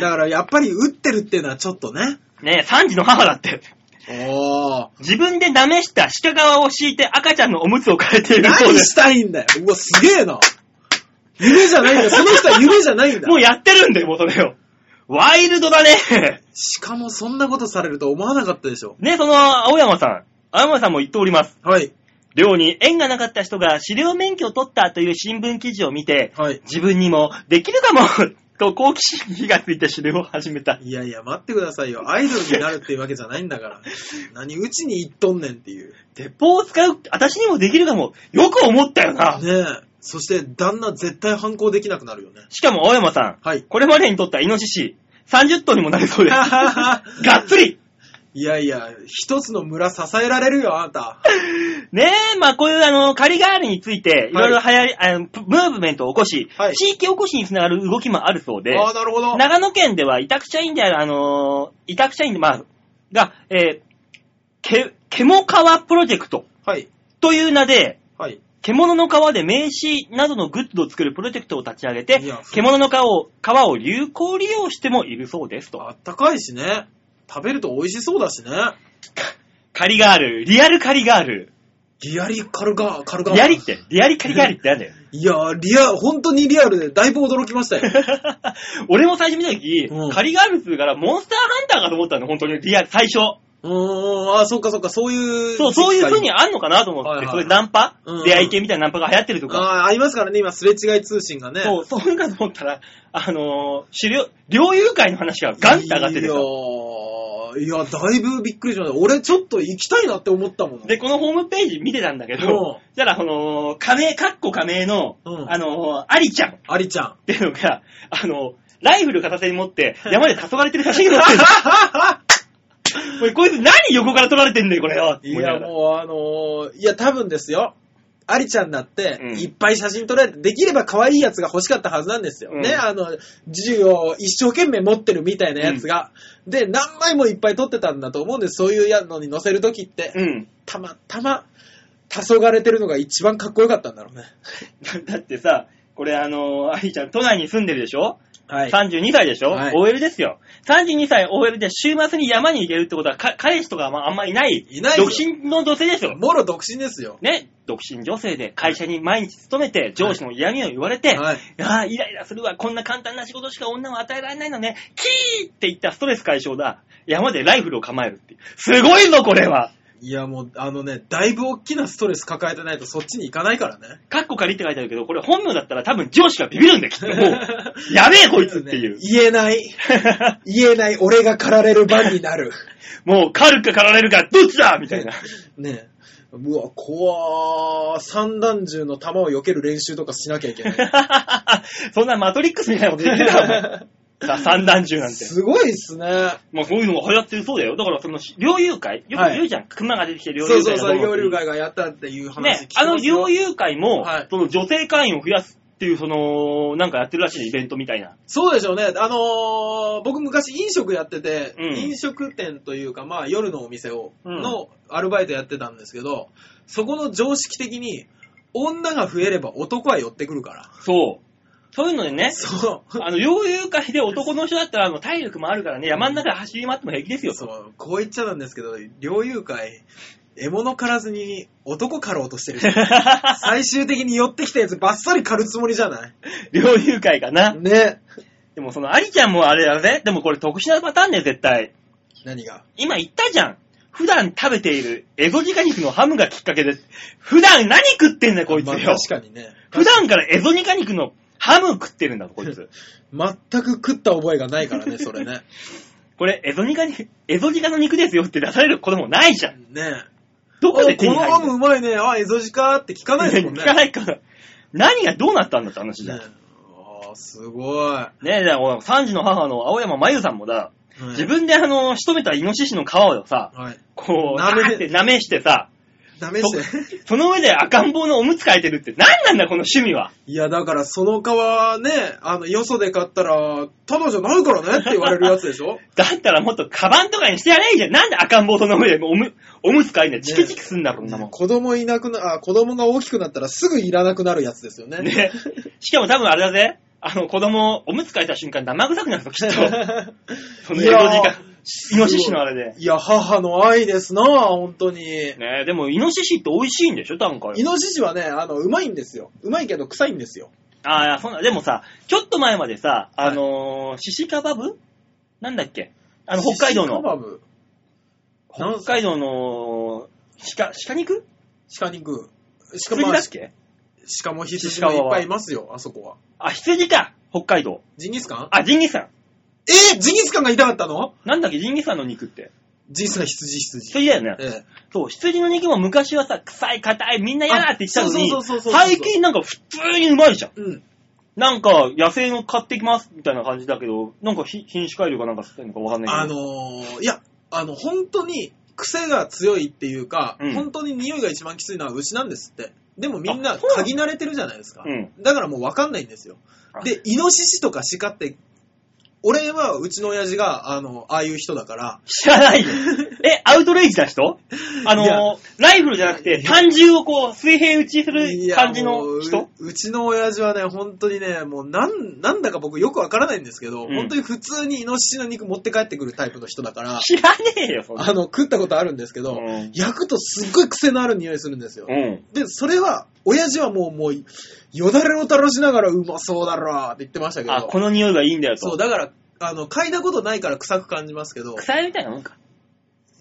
だから、やっぱり打ってるっていうのはちょっとね。ねえ、3児の母だって。おー。自分で舐めした鹿側を敷いて赤ちゃんのおむつを変えているそう何でしす。たいんだよ。うわ、すげえな。夢じゃないんだよ。その人は夢じゃないんだも。うやってるんだよ、もうそれを。ワイルドだね。しかもそんなことされると思わなかったでしょ。ね、その青山さん。青山さんも言っております。はい。寮に縁がなかった人が狩猟免許を取ったという新聞記事を見て、はい。自分にもできるかも [LAUGHS] と好奇心に火がついて狩猟を始めた。いやいや、待ってくださいよ。アイドルになるっていうわけじゃないんだから。何、うちに行っとんねんっていう。鉄砲を使う、私にもできるかも。よく思ったよな。ねえ。そして、旦那絶対反抗できなくなるよね。しかも青山さん、はい。これまでに取ったイノシシ、30トンにもなりそう [LAUGHS] です。がっつりいやいや、一つの村支えられるよ、あなた。ねえ、まあこういうあの、狩りガールについて、いろいろ流行り、あの、プムーブメントを起こし、はい地域おこしにつながる動きもあるそうで、ああ、なるほど。長野県では委託社員である、あのー委託社員で、まあ、が、えー、け、獣皮プロジェクトはい。という名で、はい。獣の皮で名刺などのグッズを作るプロジェクトを立ち上げていや、獣の皮を、皮を有効利用してもいるそうですと。あったかいしね。食べると美味しそうだしね。カリガール、リアルカリガール。リアリカルガ、カルガ。リアリって、リアリカリガールってなんだ [LAUGHS] よ。いや、リア、本当にリアルで、だいぶ驚きました [LAUGHS] よ。俺も最初見た時、うんカリガールっつうからモンスターハンターかと思ったの、本当に。リアル、最初。うーん、あ、そうかそうか、そういう。そう、そういう風にああんのかなと思って、はいはいはいそういうナンパ、うん出会い系みたいなナンパが流行ってるとか。あー、ありますからね、今、すれ違い通信 [LAUGHS] がね。そう、そういうのかと思ったら、あのー、狩猟、猟友会の話がガンって上がってていやさ。ーいや、だいぶびっくりしました。俺、ちょっと行きたいなって思ったもん。で、このホームページ見てたんだけうんど、したら、この、仮名、カッコ仮名の、うんあのー、アリちゃんっアリちゃん。ていうのが、あのー、ライフル片手に持って、山で黄昏れてる写真が載ってる。おいこいつ何横から撮られてんだよ、これよ。いや、う。もうあのーいや、多分ですよ。アリちゃんだって、うんいっぱい写真撮られて、できれば可愛いやつが欲しかったはずなんですよ。うんね、あの、銃を一生懸命持ってるみたいなやつが。で、何枚もいっぱい撮ってたんだと思うんです。そういうやのに載せるときって、うん。たまたま、黄昏れてるのが一番かっこよかったんだろうね。だってさ、これあのー、アリちゃん、都内に住んでるでしょは32歳でしょ、はい ?OL ですよ。32歳 OL で週末に山に行けるってことは、か彼氏とかはあんまいない。いないよ独身の女性ですよ。もろ独身ですよ。ね、独身女性で会社に毎日勤めて、上司の嫌味を言われて、はいああ、イライラするわ、こんな簡単な仕事しか女は与えられないのね、キーって言ったストレス解消だ。山でライフルを構えるっていう。すごいぞ、これは。いや、もう、あのね、だいぶ大きなストレス抱えてないとそっちに行かないからね。カッコ仮って書いてあるけど、これ本名だったら多分上司がビビるんだよ、きっと。もう、 [LAUGHS] やべえ、こいつっていう。言えない。言えない俺が駆られる番になる。 [LAUGHS] もう、狩るか狩られるか、どっちだみたいな。 [LAUGHS] ねえ。うわ、怖ー。散弾銃の弾を避ける練習とかしなきゃいけ [LAUGHS] ない。 [LAUGHS] そんなマトリックスみたいなこと言ってた [LAUGHS] もん。さ三段銃なんて。 [LAUGHS] すごいっすね。まあ、そういうのが流行ってるそうだよ。だから、その、猟友会よく言うじゃん。熊が出てきて猟そ友会うそうがそう、どの料理会がやったっていう話聞ねき、あまのすよ猟友会も、はいその女性会員を増やすっていう、その、なんかやってるらしいイベントみたいな。そうでしょうね。あのー僕昔飲食やってて、うん飲食店というか、まあ夜のお店を、うんのアルバイトやってたんですけど、そこの常識的に、女が増えれば男は寄ってくるから。そう。そういうのでね、そう。あの、猟友会で男の人だったら、あの、体力もあるからね、山の中で走り回っても平気ですよ。そう、こう言っちゃなんですけど、猟友会、獲物狩らずに男狩ろうとしてる [LAUGHS] じゃん。最終的に寄ってきたやつばっさり狩るつもりじゃない [LAUGHS] 猟友会かな。ね。でも、その、アリちゃんもあれだぜ。でも、これ特殊なパターンだよ、絶対。何が今言ったじゃん。普段食べているエゾジカ肉のハムがきっかけで、普段何食ってんだよ、こいつまあよ。確かにね。普段からエゾニカ肉のハム食ってるんだぞ、こいつ。全く食った覚えがないからね、それね。これ、エゾニカに、エゾジカの肉ですよって出されることもないじゃん。 [LAUGHS] ねどここで手にの入ハるムうまいね。あ、エゾジカって聞かないですもんね。聞かないから。何がどうなったんだって話じゃん。ねねあーすごい。え、だから、3時の母の青山真由さんもだ、うん自分であの、仕留めたイノシシの皮をさ、はい。こう、舐め舐めて舐めしてさ、ダメして。その上で赤ん坊のおむつ変えてるって、何なんだ、この趣味は。 [LAUGHS] いや、だからその皮ね、あの、よそで買ったら、ただじゃないからねって言われるやつでしょだったらもっとカバンとかにしてやれいいじゃん。なんで赤ん坊その上でおむ、おむつ変えんだよ。チクチクすんだろ、そんなもん。子供いなくな、あ、子供が大きくなったらすぐいらなくなるやつですよね。ね。しかも多分あれだぜ。あの、子供、おむつ変えた瞬間生臭くなるぞ、きっ [LAUGHS] と。その江戸時いやー間、イノシシのあれで。いや、母の愛ですな本当に。ねでも、イノシシって美味しいんでしょ、多分これイ。ノシシはね、あの、うまいんですよ。うまいけど臭いんですよ。ああ、いやそんな、でもさ、ちょっと前までさ、あのー、シシカバブなんだっけあの、北海道シシカの、バブ。北海道の、鹿、鹿肉鹿肉。鹿羊もだっ、け鹿も羊もいっぱいいますよ、あそこは。あ、羊か北海道。ジンギスカンあ、ジンギスカン。えージンギスカンがいたかったのなんだっけジンギスカンの肉って。ジンギスカン羊羊。羊だよね。ええそう、羊の肉も昔はさ、臭い、硬い、みんな嫌だって言ってたのにあそうそうそうそうそう、そう最近なんか普通にうまいじゃん。うん。なんか、野生の買ってきます、みたいな感じだけど、なんかひ品種改良かなんかしてんのかわかんなあいけのど。ーいや、あの、本当に癖が強いっていうか、うん本当に匂いが一番きついのは牛なんですって。でもみんなあそうなの嗅ぎ慣れてるじゃないですか。うんだからもう分かんないんですよあ。で、イノシシとか鹿って、俺はうちの親父が、あの、ああいう人だから、知ら [LAUGHS] ないよ。え、アウトレイジな人あいやのー、ライフルじゃなくて、単銃をこう、水平打ちすいるや感じものう人ううちの親父はね、本当にね、もうなん、なんだか僕よくわからないんですけど、うん本当に普通にイノシシの肉持って帰ってくるタイプの人だから、知らねえよ、そんなあ。の、食ったことあるんですけうど、ん焼くとすっごい癖のある匂いするんですよ。うん。で、それは、親父はもう、もう、よだれを垂らしながらうまそうだろって言ってましたけあ、ど、この匂いがいいんだよそう、と。だから、あの、嗅いだことないから臭く感じますけど、草屋みたいなもんか。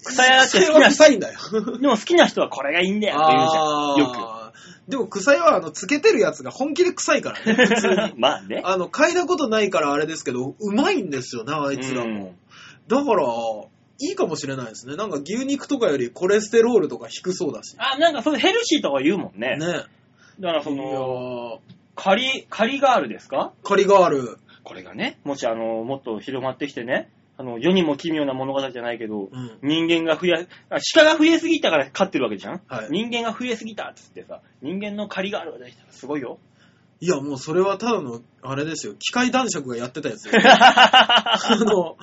草屋だって [LAUGHS] そ好きれはな人、臭いんだよ。でも好きな人はこれがいいんだよって言うじゃん。よく。。あーでも、臭いは、あの、つけてるやつが本気で臭いからね、普通にまあね。あの、嗅いだことないからあれですけど、うまいんですよね、あいつらも。だから、いいかもしれないですね。なんか牛肉とかよりコレステロールとか低そうだし。あ、なんかそういうヘルシーとか言うもんね。ね。だからそいやの、ーカリ、カリガールですかカリガール。これがね、もしあの、もっと広まってきてね、あの、世にも奇妙な物語じゃないけど、うん。人間が増や、あ鹿が増えすぎたから飼ってるわけじゃん、はい人間が増えすぎたっつってさ、人間の借りがあるわけだからすご [LAUGHS] いよ。いや、もうそれはただの、あれですよ、機械男爵がやってたやつよ。あの、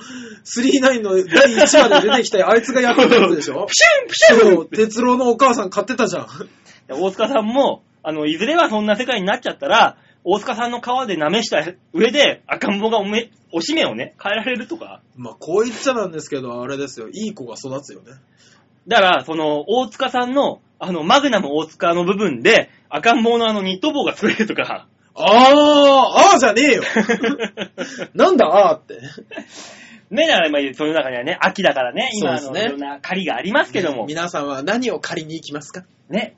39の第1話で出てきたあいつがやってたやつでしょ [LAUGHS] プシュンプシュンそう、哲郎のお母さん買ってたじゃん。で大塚さんも、あの、いずれはそんな世界になっちゃったら、大塚さんの皮で舐めした上で赤ん坊がおめ、おしめをね、変えられるとか。まあ、こう言っちゃなんですけど、あれですよ、いい子が育つよね。だから、その、大塚さんの、あの、マグナム大塚の部分で、赤ん坊のあの、ニット帽が作れると [LAUGHS] か。あー、あーじゃねえよ。なんだあーって。ね、だから今、その中にはね、秋だからね、今あその、うですねいろんな狩りがありますけども、ね皆さんは何を借りに行きますか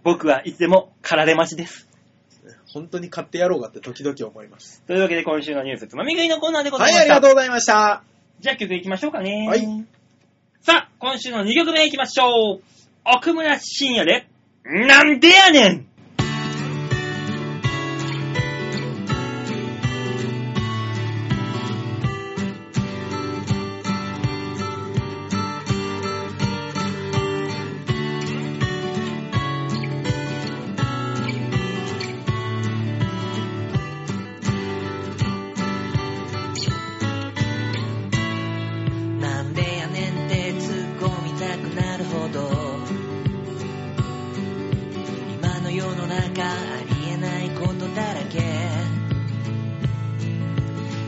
僕はいつでも狩られましです。本当に買ってやろうかって時々思います。というわけで、今週のニュースつまみ食いのコーナーでござはいい、ましありた。がとうございました。じゃあ曲いきましょうかね。はいさあ、今週の2曲目いきましょう。奥村深也で、なんでやねんなんでやねんって突っ込みたくなるほど今の世の中ありえないことだらけ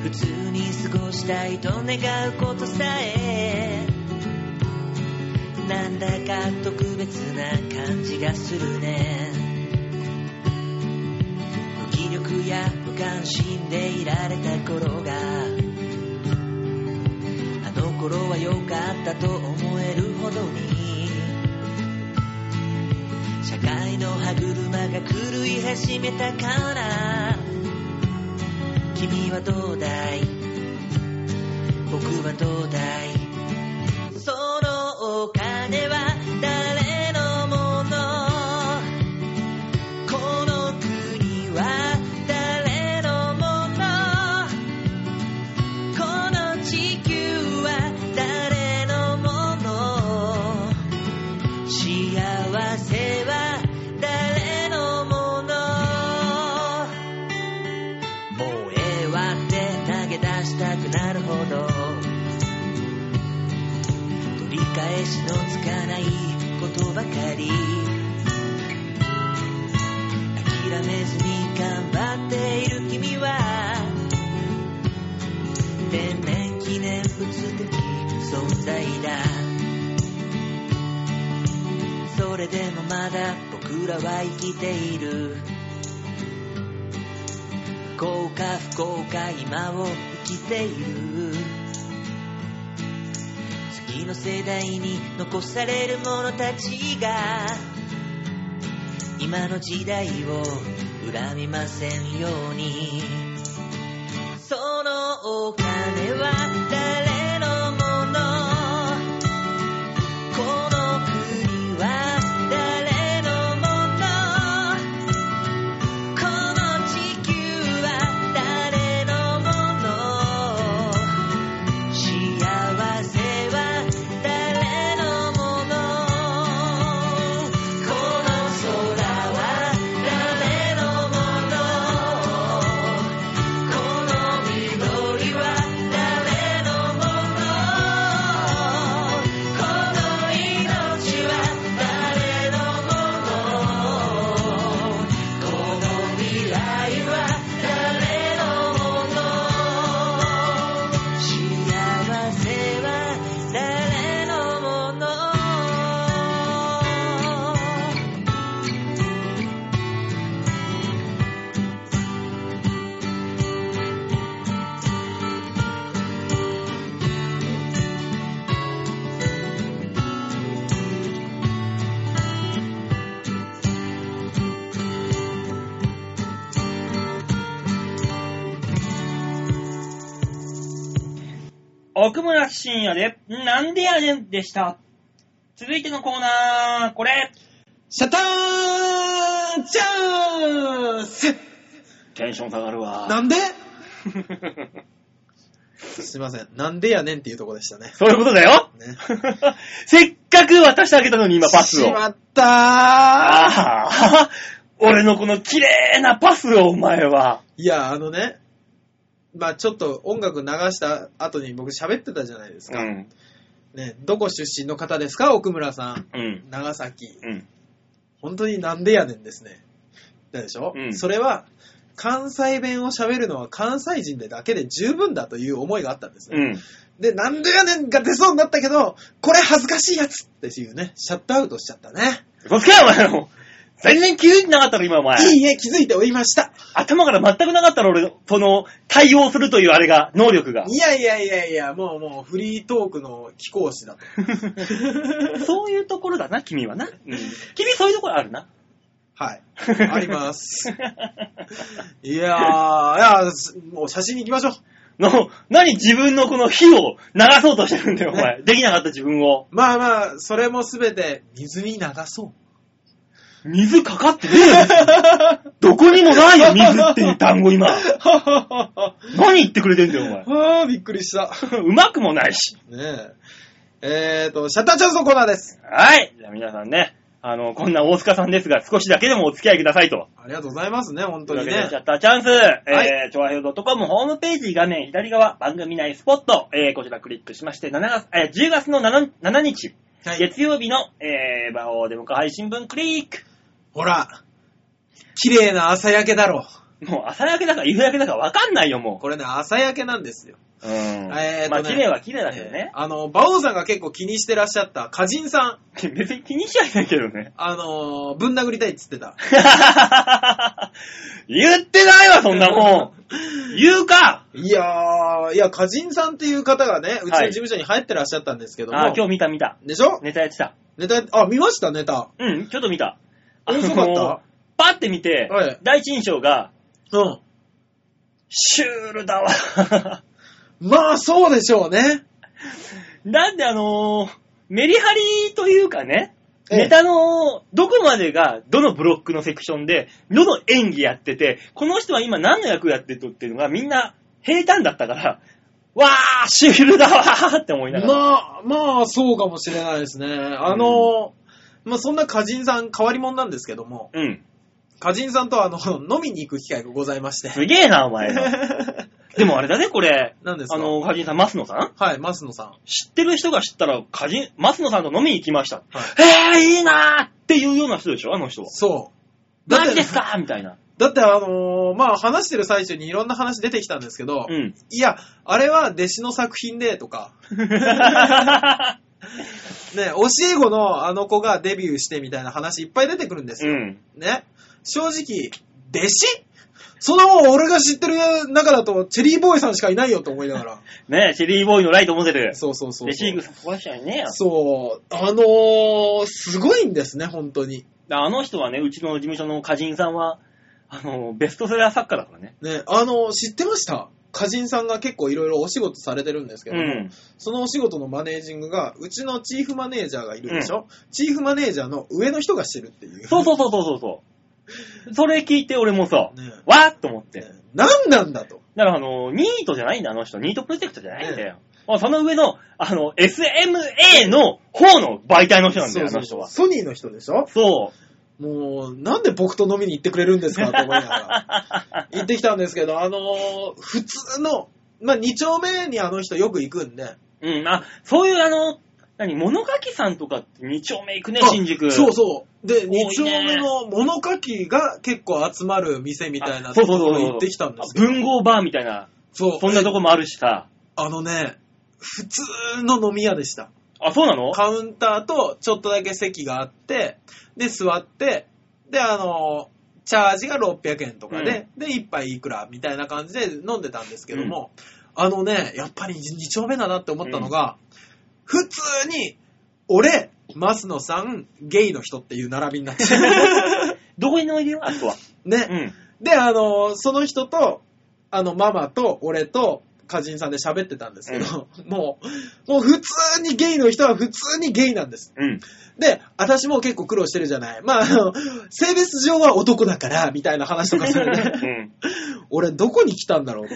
普通に過ごしたいと願うことさえなんだか特別な感じがするね無気力や無関心でいられた頃があの頃は良かったと思えるほどに社会の歯車が狂い始めたから君はどうだい僕はどうだいそのお金は誰のものこの国は誰のものこの地球は誰のもの幸せは誰のものもうええわって投げ出したくなるほど取り返しのつかないことばかり諦めずに頑張っている君は天然記念物的存在だそれでもまだ僕らは生きている幸か不幸か今を生きている次の世代に残される者たちが今の時代を恨みませんようにそのお金は誰のものこの国は誰のものこの地球は誰のもの幸せは誰のものこの空は誰のものこの緑は誰のものこの命は誰のものこの未来は誰のもの幸せは誰のもの奥村深也で、なんでやねんでした。続いてのコーナー、これ。シャッターチャンステンション下がるわ。なんですいません。なんでやねんっていうとこでしたね。 [LAUGHS] そういうことだよ [LAUGHS] ね。せっかく渡してあげたのに今パスを。しまったーああ、俺のこの綺麗なパスをお前は。いや、あのね、まあちょっと音楽流した後に僕喋ってたじゃないですか。ん。ね、どこ出身の方ですか奥村さん。うん。長崎。うん。本当になんでやねんですね。だでしょ、うんそれは、関西弁を喋るのは関西人でだけで十分だという思いがあったんですね。うん。で、なんでやねんが出そうになったけど、これ恥ずかしいやつっていうね、シャットアウトしちゃったね。嘘つけよお前も。全然気づいてなかったろ、今、お前。いいえ、気づいておりました。頭から全くなかったろ、俺、その、対応するというあれが、能力が。いやいやいやいや、もうもうフリートークの貴公 [LAUGHS] 子だと。そういうところだな、君はな。うん、君、そういうところあるな。はい。あります。いやー、いやーすもう写真に行きましょう。 [LAUGHS] の、何自分のこの火を流そうとしてるんだよ、お [LAUGHS] 前。できなかった自分を。まあまあ、それもすべて水に流 [LAUGHS] そう。水かかってねえよ。 [LAUGHS] どこにもない [LAUGHS] よ、水っていう単語今。は何言ってくれてんだよ、お前。あー、びっくりした。 [LAUGHS] うまくもないし。ねえ。えーと、シャッターチャンスのコーナーです。はい。じゃあ皆さんね、あの、こんな大塚さんですが、少しだけでもお付き合いくださいと。ありがとうございますね、本と当いうわにけで、ねシャ。ッターチャンス、えー、調和表 .com ホームページ画面左側、番組内スポット、えー、こちらクリックしまして、7月、えー、10月の 7, 7日、はい、月曜日の、えー、バオデモカ配信分クリック。ほら、綺麗な朝焼けだろ。もう朝焼けだか夕焼けだかわかんないよ、もこれね、朝焼けなんですよ。う。うん。えーとねまあ、綺麗は綺麗だけどね。あの、馬王さんが結構気にしてらっしゃった、歌人さん。別に気にしちゃいないけどね。 [LAUGHS] あのー、ぶん殴りたいっつってた。言ってないわ、そんなもん。言うかいやー、いや、歌人さんっていう方がね、うちの事務所に入ってらっしゃったんですけども。あー、今日見た見た。でしょネタやってた。ネタ、あ、見ました、ネタ。うん、ちょっと見た。面白かったあのーパって見て、はい第一印象が、うん。シュールだわ。 [LAUGHS] まあ、そうでしょうね。なんであのーメリハリというかね、ええネタの、どこまでが、どのブロックのセクションで、どの演技やってて、この人は今何の役やってるっていうのがみんな平坦だったから、わー、シュールだわーって思いながら。まあ、まあ、そうかもしれないですね。あのー、まあ、そんな歌人さん、変わり者なんですけども、うん。歌人さんとあの、 [LAUGHS] 飲みに行く機会がございまして。すげえな、お前ら。でもあれだね、これ。 [LAUGHS] 何ですかあの、カジンさん、マスノさんはい、マスノさん。知ってる人が知ったら、カジン、マスノさんと飲みに行きました。えー、いいなーっていうような人でしょ、あの人は。そう。だっマジてで、すかーみたいな。だってあのーまあ話してる最中にいろんな話出てきたんですけど、 [LAUGHS] うん。いや、あれは弟子の作品で、とか、ね、教え子のあの子がデビューしてみたいな話いっぱい出てくるんですうよ。ん。ね。正直、弟子その俺が知ってる中だと、チェリーボーイさんしかいないよと思いな [LAUGHS] がら。ねえ、シェリーボーイのライトモデル。そうそうそうそう。レシーグス壊しちゃいねえよ。そう。あのー、すごいんですね、本当に。あの人はね、うちの事務所の歌人さんは、あの、ベストセラー作家だからね。ね、あのー知ってました歌人さんが結構いろいろお仕事されてるんですけうども、ん。そのお仕事のマネージングが、うちのチーフマネージャーがいるでしょ、チーフマネージャーの上の人がしてるっていう。そうそうそうそうそうそう。それ聞いて俺もさ、ねわーっと思って。ね何なんだと。だからあの、ニートじゃないんだ、あの人。ニートプロジェクトじゃないんだよ。あその上の、あの、SMA の方の媒体の人なんだよ、あの人は。ソニーの人でしょそう。もう、なんで僕と飲みに行ってくれるんですかと思いな [LAUGHS] がら。行ってきたんですけど、あのー普通の、まあ、2丁目にあの人よく行くんで。うん、あ、そういうあの、何、物書きさんとかって2丁目行くね、あ新宿。そうそう。で、い2ね丁目の物書きが結構集まる店みたいなあそとうそこうそうろそうに行ってきたんですけど。文豪バーみたいな、そう。そんなとこもあるしさ。あのね、普通の飲み屋でした。あ、そうなのカウンターとちょっとだけ席があって、で、座って、で、あの、チャージが600円とかで、で、1杯いくらみたいな感じで飲んでたんですけども、あのね、やっぱり2丁目だなって思ったのが、普通に、俺、マスノさん、ゲイの人っていう並びにな [LAUGHS] ってるどこに置いてよ、あそこは。ね。うん。で、あの、その人と、あの、ママと、俺と、歌人さんで喋ってたんですけど、もう、もう普通にゲイの人は普通にゲイなんです。うん。で、私も結構苦労してるじゃない。まあ、あの、性別上は男だから、みたいな話と [LAUGHS] かするね。俺、どこに来たんだろうと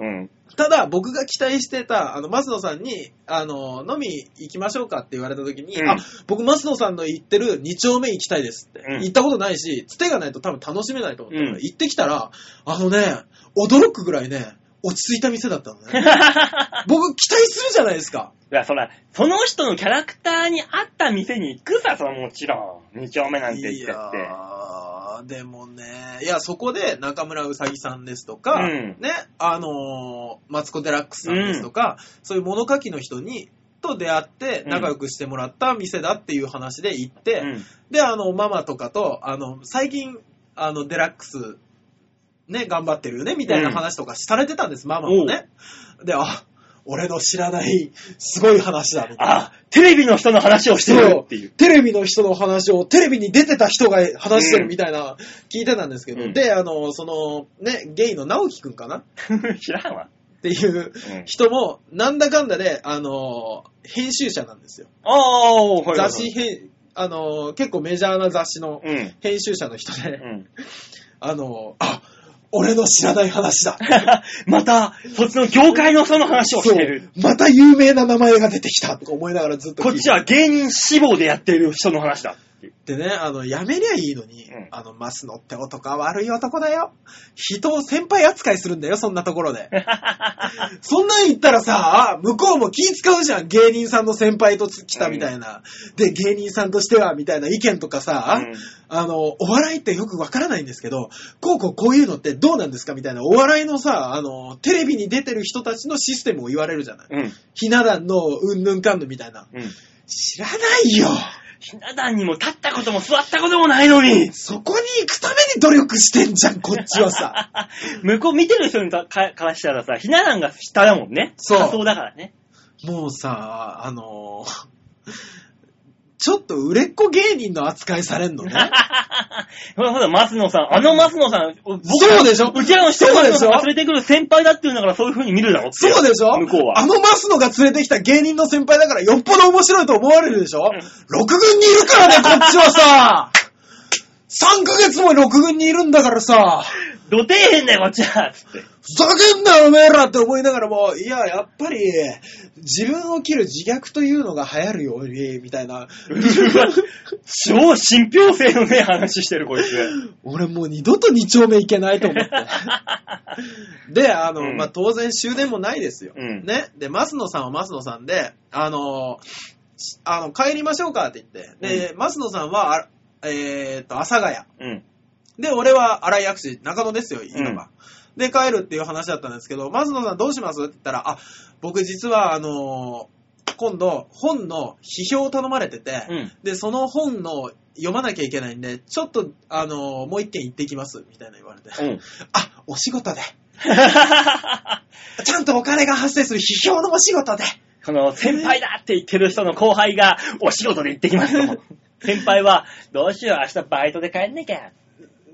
うん。 [LAUGHS] うん。ただ、僕が期待してた、あの、松野さんに、あの、飲み行きましょうかって言われた時に、うんあ、僕、松野さんの行ってる2丁目行きたいですって。うん行ったことないし、つてがないと多分楽しめないと思ったから、うん行ってきたら、あのね、驚くぐらいね、落ち着いた店だった [LAUGHS] のね。僕、期待するじゃないですか。いや、そら、その人のキャラクターに合った店に行くさ、そらもちろん。二丁目なんて言っちゃっいて。やーでもね、いや、そこで中村うさぎさんですとか、うんね、あのーマツコ・デラックスさんですとか、そういう物書きの人に、と出会ってうん仲良くしてもらった店だっていう話で行って、うん。で、あの、ママとかと、あの、最近、あの、デラックス、ね、頑張ってるよね、みたいな話とかされてたんです、ママもね。で、あ、俺の知らない、すごい話だ、みたいな。あ、テレビの人の話をしてるっていう。テレビの人の話を、テレビに出てた人が話してるみたいな、聞いてたんですけど、うんで、あの、その、ね、ゲイの直樹くんかな [LAUGHS] 知らんわ。っていううん。人も、なんだかんだで、あの、編集者なんですよ。おー、ほいほいほい雑誌編、あの、結構メジャーな雑誌のうん。編集者の人で、うん。 [LAUGHS] あの、あ、俺の知らない話だ。また、そっちの業界の人の話をしてる。そうまた有名な名前が出てきたとか思いながらずっとこ聞いってちは芸人志望でやってる人の話だっていう。でね、あの、やめりゃいいのに、うんあの、マスノって男は悪い男だよ。人を先輩扱いするんだよ、そんなとこ [LAUGHS] ろで。そんなん言ったらさ、向こうも気使うじゃん。芸人さんの先輩とつ来たみたいな。で、芸人さんとしては、みたいな意見とかさ、うんあの、お笑いってよくわからないんですけど、こうこうこういうのってどうなんですかみたいな、お笑いのさ、あの、テレビに出てる人たちのシステムを言われるじゃない。うん。ひな壇のうんぬんかんぬんみたいな。うん。知らないよひな壇にも立ったことも座ったこともないのに。そこに行くために努力してんじゃん、こっちはさ。 [LAUGHS] 向こう見てる人にかからしたらさ、ひな壇が下だもんね。そう下層だからね。 [LAUGHS] もうさ、あのーちょっと売れっ子芸人の扱いされんのね。ほらほら、松野さん。あの松野さん、僕そうでしょうちらの人をそう松でしょ野さんが連れてくる先輩だっていうんだからそういう風に見るだろってい [LAUGHS] そうでしょ向こうは。あのマスノが連れてきた芸人の先輩だからよっぽど面白いと思われるでしょ、ん ?6 軍にいるからね、こっちはさ !3 ヶ月も6軍にいるんだからさ、どてえへんだよ、こっちは。つって。ふざけんなよ、おめえらって思いながらも、いや、やっぱり、自分を切る自虐というのが流行るように、みたいな。 [LAUGHS] うわ超信憑性のね、話してる、こい [LAUGHS] つ。俺もう二度と二丁目いけないと思 [LAUGHS] って。で、あの、うんまあ、当然終電もないですよ。うんね。で、マスノさんはマスノさんで、あの、しあの、帰りましょうかって言って。で、マスノさんは、あえーっと、阿佐ヶ谷。うん。で、俺は荒井薬師、中野ですよ、いわば。で、帰るっていう話だったんですけど、松野さんどうしますって言ったら、あ、僕実は、あのー今度、本の批評を頼まれてて、うんで、その本の読まなきゃいけないんで、ちょっと、あのーもう一件行ってきます、みたいな言われて。うん。あ、お仕事で。ちゃんとお金が発生する批評のお仕事で。この、先輩だって言ってる人の後輩が、お仕事で行ってきますと。先輩は、どうしよう、明日バイトで帰んなきゃ。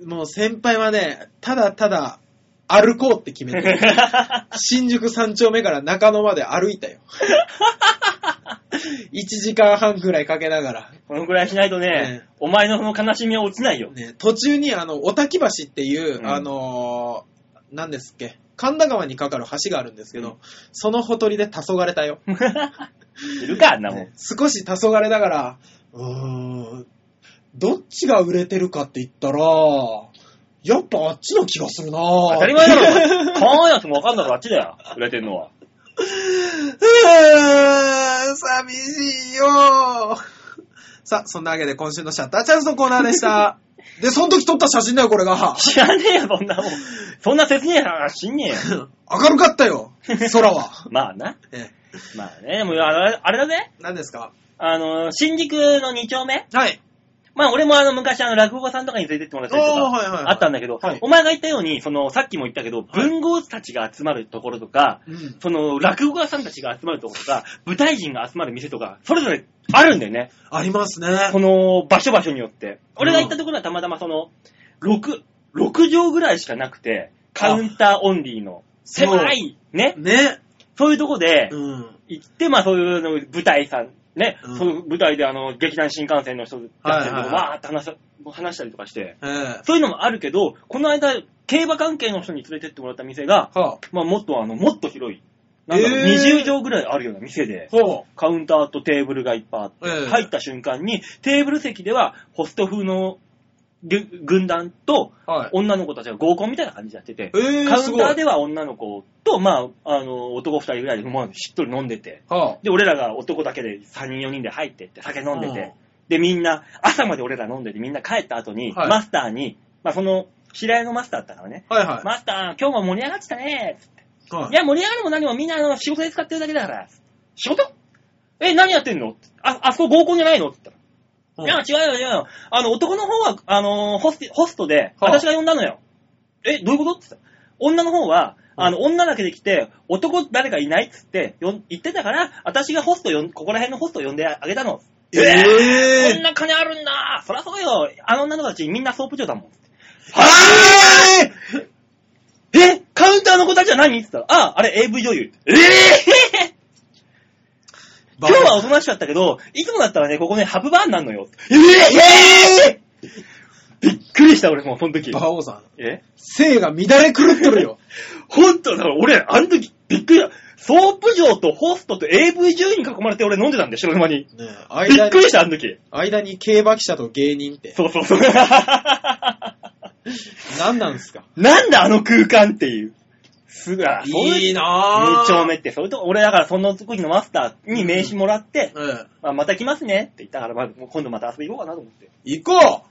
もう先輩はね、ただただ歩こうって決めてる。新宿三丁目から中野まで歩いた [LAUGHS] よ。1時間半ぐらいかけながら。 [LAUGHS] このくらいしないとね、えお前のその悲しみは落ちないよ。ね、途中に、あの、お滝橋っていう、うんあのー、なんですっけ、神田川に架かる橋があるんですけど、うんそのほとりで黄昏れたよ。 [LAUGHS] いるか、あんなもんね。少し黄昏ながら、うーん、どっちが売れてるかって言ったら、やっぱあっちの気がするな当たり前だ [LAUGHS] ろ。買わないやつもわかんだろ、あっちだよ。売れてんのは。うーん寂しいよさあ、そんなわけで今週のシャッターチャンスのコーナーでした。で、その時撮った写真だよ、これが。知らねえよ、そんなもん。そんな切ねえ話しんねえよ。明るかったよ、[LAUGHS] 空は。まあな。えまあね、でもうあれあれだぜ。何ですかあの、新宿の2丁目はい。まあ俺もあの昔あの落語家さんとかに連れてってもらったりとおーはいはいはかいあったんだけど、はいお前が言ったように、そのさっきも言ったけど、文豪たちが集まるところとか、うん。その落語家さんたちが集まるところとか、舞台人が集まる店とか、それぞれあるんだよね。ありますね。 [LAUGHS] この場所場所によって。俺が行ったところはたまたまその、6、6畳ぐらいしかなくて、カウンターオンリーの。狭い、ね。ね。そういうとこで、うん。行って、まあそういうの舞台さん、ね、うんその舞台であの、劇団新幹線の人やってるのはいはいはいわーって話し話したりとかして、ええそういうのもあるけど、この間、競馬関係の人に連れてってもらった店が、はまあもっとあの、もっと広い、なんだろうえー20畳ぐらいあるような店であ、、ほカウンターとテーブルがいっぱいあって、ええ入った瞬間に、テーブル席ではホスト風のぐ軍団と、う。はい。女の子たちが合コンみたいな感じでやってて、ええカウすンごい。ターでは女の子と、まあ、あの、男2人ぐらいで、まあ、しっとり飲んでて、はで、俺らが男だけで3人4人で入ってって、酒飲んでうんて、で、みんな、朝まで俺ら飲んでて、みんな帰った後に、はいマスターに、まあ、その、知り合いのマスターだったからね、あ。はいはい。マスター、今日も盛り上がってたねつってはいや、盛り上がるも何もみんなあの仕事で使ってるだけだから。仕事え、何やってんのあ、あそこ合コンじゃないのって言ったら。いや、違うよ、違うよ。あの、男の方は、あのーホステ、ホストで、はあ私が呼んだのよ。え、どういうことって言ったら。女の方は、あの、女だけで来て、男誰かいないっつって、よん言ってたから、私がホストよん、ここら辺のホスト呼んであげたの。ええこんな金あるんだそらそうよあの女の子たちみんなソープ嬢だもん。はえカウンターの子たちは何って言ったら、あ、あれ AV 女優。ええー今日はおとなしかったけど、いつもだったらね、ここね、ハブバーンなんのよ。ええびっくりした、俺もう、その時。バオさん、え性が乱れ狂ってるよ。ほんと、だから俺、あの時、びっくりした。ソープ嬢とホストと AV 女優に囲まれて俺飲んでたんで、白沼に。 [LAUGHS] ねえび間っにく、りした、あの時。間に競馬記者と芸人って、そう [LAUGHS] そうそう。何なんですかなんだ、あの空間っていう。すぐ、あそういういいなぁ。二丁目って、そういうとこ、俺だからその時のマスターに名刺もらって、うん。まあ、また来ますねって言ったから、まあ、もう今度また遊び行こうかなと思って。行こう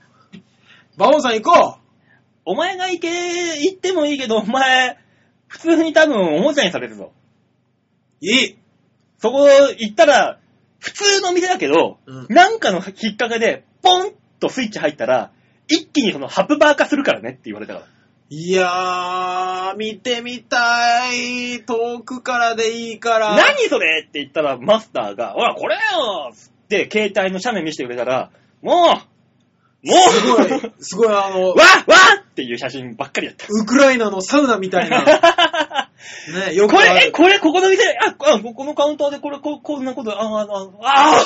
バオさん行こお前が行け、行ってもいいけど、お前、普通に多分おもちゃにされるぞ。ういいそこ行ったら、普通の店だけど、うんなんかの引っ掛けで、ポンとスイッチ入ったら、一気にそのハプバー化するからねって言われたから。いやー、見てみたい。遠くからでいいから。何それって言ったら、マスターが、ほら、これよっつって、携帯の写メ見せてくれたら、もう、もすう、 [LAUGHS] ごい、すごいあのわ、わっていう写真ばっかりだった。ウクライナのサウナみた [LAUGHS] いな。ね、よくこあれ、え、る。これ、ここの店、あ、あここのカウンターでこれ、ここんなこと、あ、あ、あ、あ、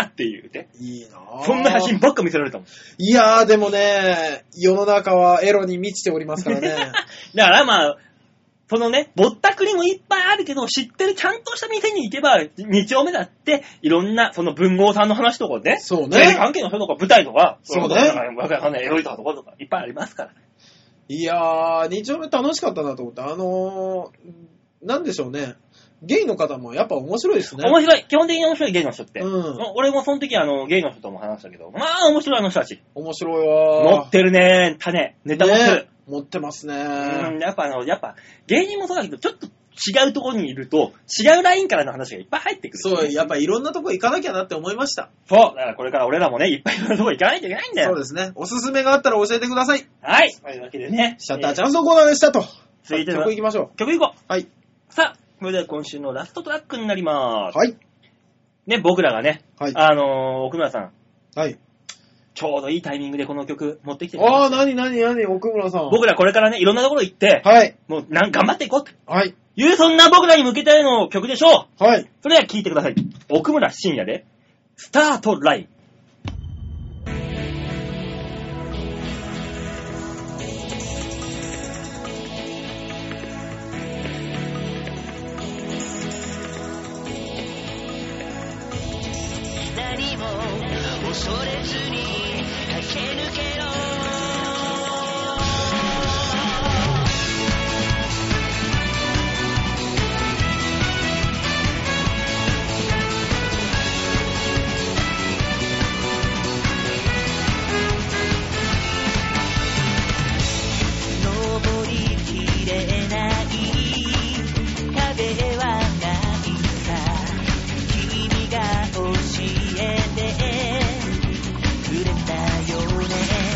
あーっていうね。いいなぁそんな写真ばっか見せられたもん。いやー、でもね、世の中はエロに満ちておりますか [LAUGHS] らね。だからまあ、そのね、ぼったくりもいっぱいあるけど、知ってるちゃんとした店に行けば、2丁目だって、いろんな、その文豪さんの話とかね、そうテレビね。関係の人とか舞台とか、そうねだからわかんないエロいとかとかとか、いっぱいありますから。いやー、二丁目楽しかったなと思って、あのー、なんでしょうね。ゲイの方もやっぱ面白いですね。面白い、基本的に面白い芸の人って。うん。俺もその時あの、芸の人とも話したけど、まあ面白いあの人たち。面白いわー。持ってるね、種、ネタ持ってる。ね持ってますね。うん、やっぱあの、やっぱ、芸人もそうだけど、ちょっと違うところにいると、違うラインからの話がいっぱい入ってくる。そう、やっぱいろんなとこ行かなきゃなって思いました。そう。だからこれから俺らもね、いっぱいいろんなところ行かないといけないんだそうよ。ですね。おすすめがあったら教えてください。はい。というわけでね。シャッターチゃん。ャンスのコーナーでしたと。続いては曲行きましょ曲いこう。はい。う。さあ、それでは今週のラストトラックになります。はい。ね、僕らがね、はい。あのー、奥村さん、はい。ちょうどいいタイミングでこの曲持ってきてくれあまあ、したなになになに、奥村さん。僕らこれからね、いろんなところ行って、はい。もうなん頑張っていこうとはい。いう、そんな僕らに向けての曲でしょう。はい。それでは聴いてください。奥村深也で、スタートライン。何も恐れずに駆け抜けろ登りきれない壁はないか君が教えてくれたよね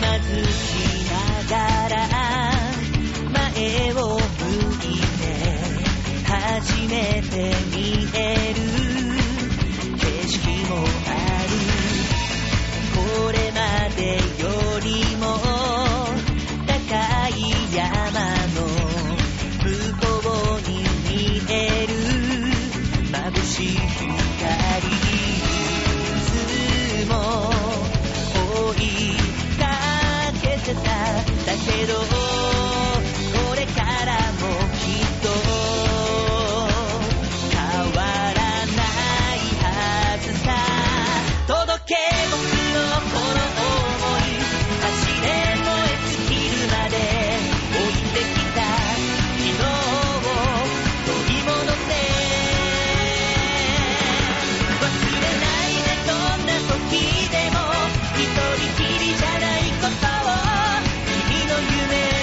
まずきながら前を向いて初めて見える景色もあるこれまでよりも高い山の向こうに見える眩しい光いつも追いかけてただけどこれからもきっと変わらないはずさ届け僕のこの想い走れ燃え尽きるまで置いてきた昨日を取り戻せ忘れないでどんな時でも一人きりじゃないことを君の夢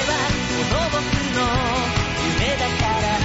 はその僕の夢だから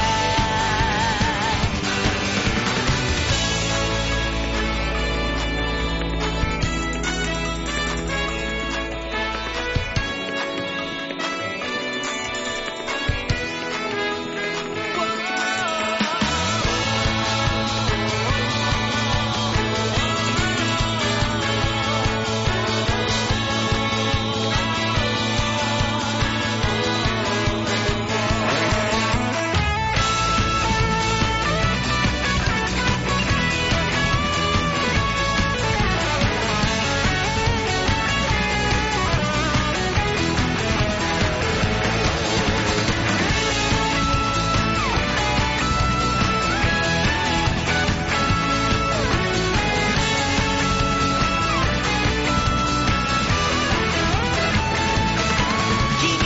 君のために全てを捨てる覚悟はで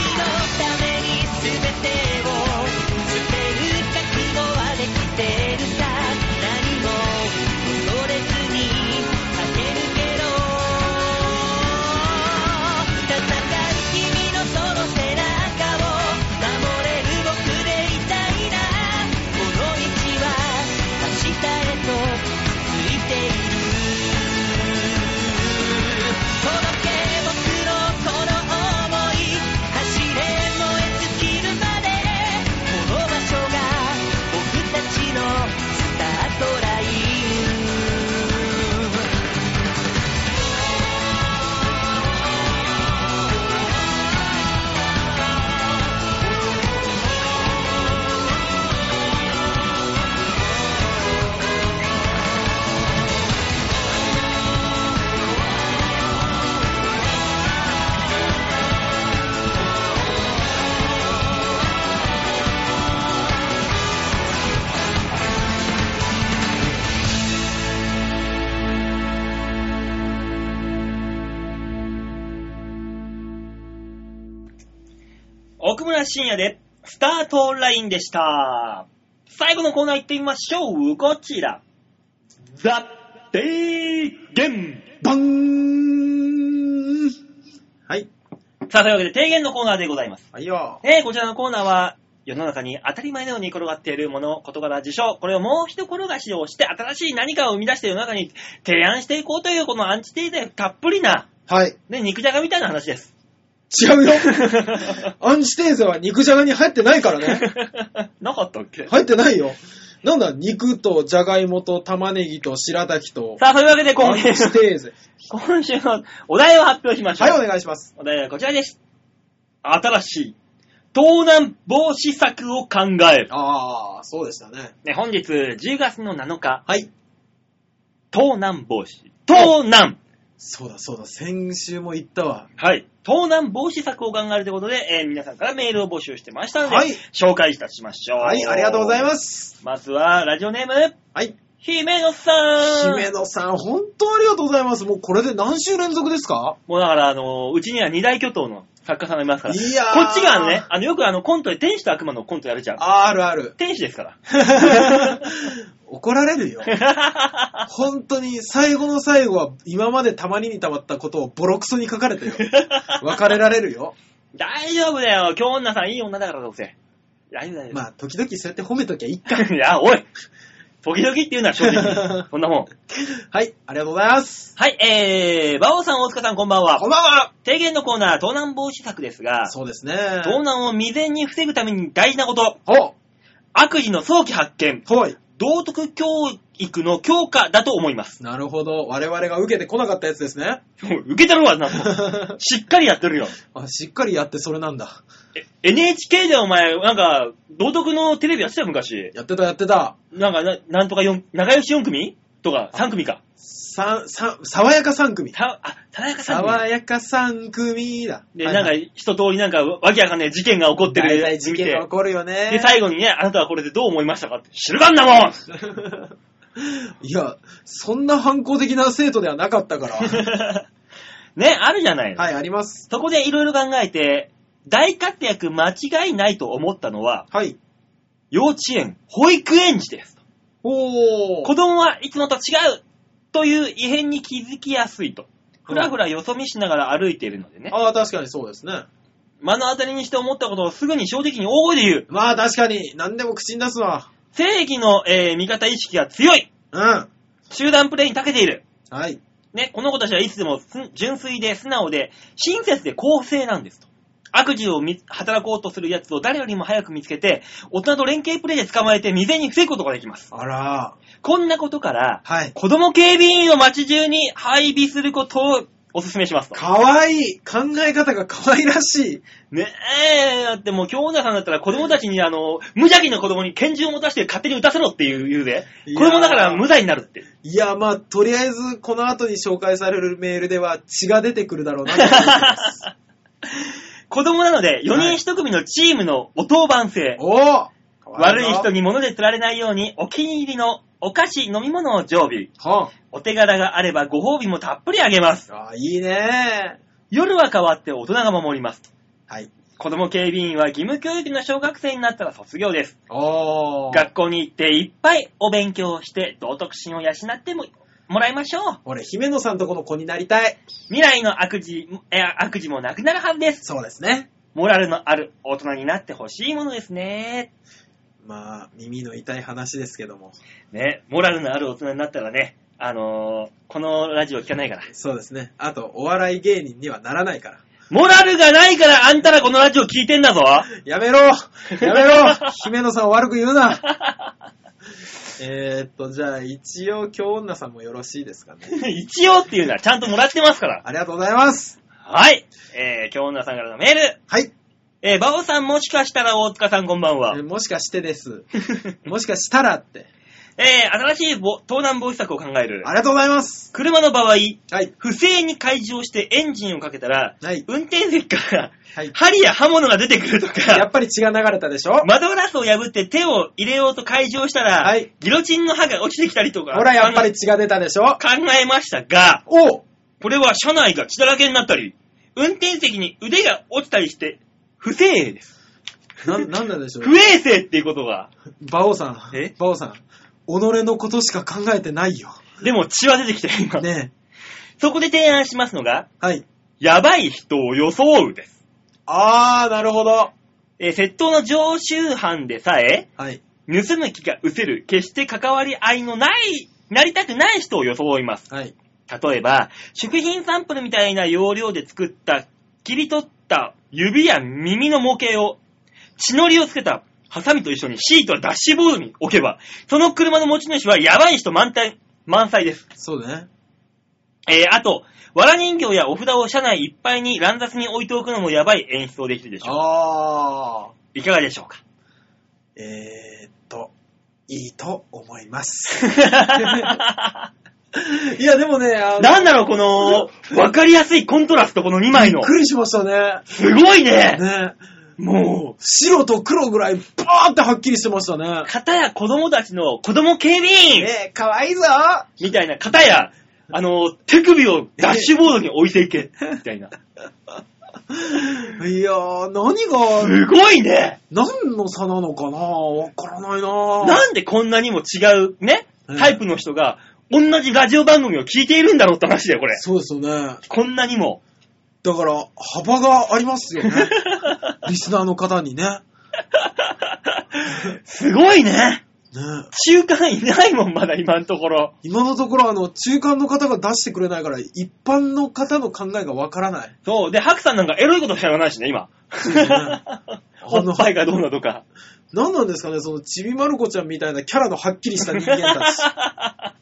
きたるさ何も恐れずに駆け抜けろ戦う君のその背中を守れる僕でいたいなこの道は明日へと続いている届け僕のこの想い走れ燃え尽きるまでこの場所が僕たちのスタートライン奥村深也で、スタートラインでした。最後のコーナー行ってみましょう。こちら。ザ・提言バンはい。さあ、というわけで、提言のコーナーでございます。はいよ。えーこちらのコーナーは、世の中に当たり前のように転がっているもの、事柄、事象、これをもう一転がしをして、新しい何かを生み出して世の中に提案していこうという、このアンチテーゼたっぷりな、はい。ね、肉じゃがみたいな話です。違うよ。 [LAUGHS] アンチテーゼは肉じゃがに入ってないからね。なかったっけ入ってないよ。なんだ、肉とじゃがいもと玉ねぎと白滝と、さあ、そういうわけでア今ンチ週、テーゼ。今週のお題を発表しましょう。はい、お願いします。お題はこちらです。新しい盗難防止策を考える。あー、そうでしたね。ね、本日10月の7日、はい。盗難防止。盗難そうだ、そうだ、先週も言ったわ。はい。盗難防止策を考えるということで、えー皆さんからメールを募集してましたので、はい紹介いたしましょう。。はい、ありがとうございますす。まずは、ラジオネーム、はい。姫野さん。姫野さん、本当ありがとうございます。もうこれで何週連続ですかもうだから、あのーうちには二大巨頭の作家さんがいますから、こいやーっちがね、あの、よくあの、コントで天使と悪魔のコントやるじゃん。あるある。天使です [LAUGHS] から。怒られるよ。本当に最後の最後は今までたまりにたまったことをボロクソに書かれてよ。別れられるよ。大丈夫だよ。今日女さんいい女だから、どうせ。大丈夫だよ。 [LAUGHS] まあ、時々そうやって褒めときゃいいか。いや、おい。時々っていうなら正 [LAUGHS] 直。そんなもん。はい、ありがとうございます。はい、えー、馬王さん、大塚さん、こんばんはこ。んばんは提言のコーナー、盗難防止策ですが、そうですね。盗難を未然に防ぐために大事なこと、お悪事の早期発見、はい。道徳教育の強化だと思います。なるほど。我々が受けてこなかったやつですね。 [LAUGHS] 受けてるわ、なもうしっかりやってるよ。あしっかりやってそれなんだ。え NHK でお前、なんか、道徳のテレビやってたよ、昔。やってたやってた。なんかな、なんとか4、仲良し4組とか、3組か。さ、さ、爽やか3組。た、あ、爽やか3組爽。やか3組だ。で、はいなんか、一通りなんか、わけわかんない事件が起こってる大体事件が起こるよね。で、最後にね、あなたはこれでどう思いましたかって。知るかんなもん [LAUGHS] いや、そんな反抗的な生徒ではなかった [LAUGHS] から。ね、あるじゃないの。はい、あります。そこでいろいろ考えて、大活躍間違いないと思ったのは、はい。幼稚園、保育園児です。お子供はいつもと違うという異変に気づきやすいと。ふらふらよそ見しながら歩いているのでね。ああ、確かにそうですね。目の当たりにして思ったことをすぐに正直に大声で言う。まあ確かに、何でも口に出すわ。正義の、えー味方意識が強い。うん。集団プレイに長けている。はい。ね、この子たちはいつでもす純粋で素直で、親切で公正なんですと。悪事を見働こうとする奴を誰よりも早く見つけて、大人と連携プレイで捕まえて未然に防ぐことができます。あらこんなことから、はい。子供警備員を街中に配備することをお勧めしますと。かわいい。考え方がかわいらしい。ねえ、だってもう、京奈さんだったら子供たちに、あの、無邪気な子供に拳銃を持たせて勝手に撃たせろっていう言うで、いや子ー供だから無罪になるって。いや、まあ、とりあえず、この後に紹介されるメールでは血が出てくるだろうなと思って [LAUGHS] ます。子供なので、は4い人1組のチームのお当番制。おー悪い人に。に物で釣られないように、お気に入りのお菓子、飲み物を常備。はお手柄があればご褒美もたっぷりあげます。あ。ああ、いいね夜は変わって大人が守ります。はい。子供警備員は義務教育の小学生になったら卒業です。おー。学校に行っていっぱいお勉強をして、道徳心を養ってももらいましょう。俺、姫野さんとこの子になりたい。未来の悪事、え悪事もなくなるはずです。そうですね。モラルのある大人になってほしいものですね。まあ、耳の痛い話ですけども。ね、モラルのある大人になったらね、あのーこのラジオ聞かないから。そうですね。あと、お笑い芸人にはならないから。モラルがないからあんたらこのラジオ聞いてんだぞ [LAUGHS] やめろやめろ姫野さんを悪く言うなえーっと、じゃあ、一応、京女さんもよろしいですかね。一応っていうのはちゃんともらってますから。ありがとうございますはい。えー、今日女さんからのメール。はい、えー、バオさんもしかしたら大塚さんこんばんは [LAUGHS] え。もしかしてです。もしかしたらって。えー、新しいぼ盗難防止策を考える。ありがとうございます車の場合、はい、不正に開示をしてエンジンをかけたら、はい、運転席からはい。針や刃物が出てくるとやっか、ぱり血が流れたでしょ窓ガラスを破って手を入れようと開錠したら、はいギロチンの刃が落ちてきたりとか、ほら、やっぱり血が出たでしょ考えましたが、おこれは車内が血だらけになったり、運転席に腕が落ちたりして、不正営です。な、なんなんでしょう不衛生っていうことが。馬王さんえ、馬王さん、己のことしか考えてない [LAUGHS] よ。でも血は出てきたよ、今。ねそこで提案しますのが、え。はい。やばい人を装うです。あー、なるほど。えー窃盗の常習犯でさえ、はい。盗む気が失せる、決して関わり合いのない、なりたくない人を装います。はい。例えば、食品サンプルみたいな要領で作った、切り取った指や耳の模型を、血のりをつけたハサミと一緒にシートやダッシュボードに置けば、その車の持ち主はやばい人満体、満載です。そうだね。えー、あと、藁人形やお札を車内いっぱいに乱雑に置いておくのもやばい演出をできるでしょう。あいかがでしょう [LAUGHS] かー。えーっと、いいと思い [LAUGHS] ます。いや、でもね、あの、なんだろう、この、わかりやすいコントラスト、この2枚びっの。くりしました [LAUGHS] ね。すごいねねもう、白と黒ぐらい、バーってはっきりしてましたね。片や子供たちの子供警備員えー、かわいいぞみたいな、片や、あの、手首をダッシュボードに置いていけ、みたいな。いやー、何が、 [LAUGHS] すごいね何の差なのかなわからないななんでこんなにも違う、ね、うんタイプの人が、同じラジオ番組を聞いているんだろうって話だよ、これ。そうですよね。こんなにも。だから、幅がありま [LAUGHS] すよね。リスナーの方にね。すごいねねえ中間いないもん、まだ今のところ。今のところ、あの、中間の方が出してくれないから、一般の方の考えがわからない。そう。で、ハクさんなんかエロいこと知らないしね、今。そうね [LAUGHS] おっぱいがどうなとか。何なんですかね、その、ちびまる子ちゃんみたいなキャラのはっきりした人間 [LAUGHS] たち。は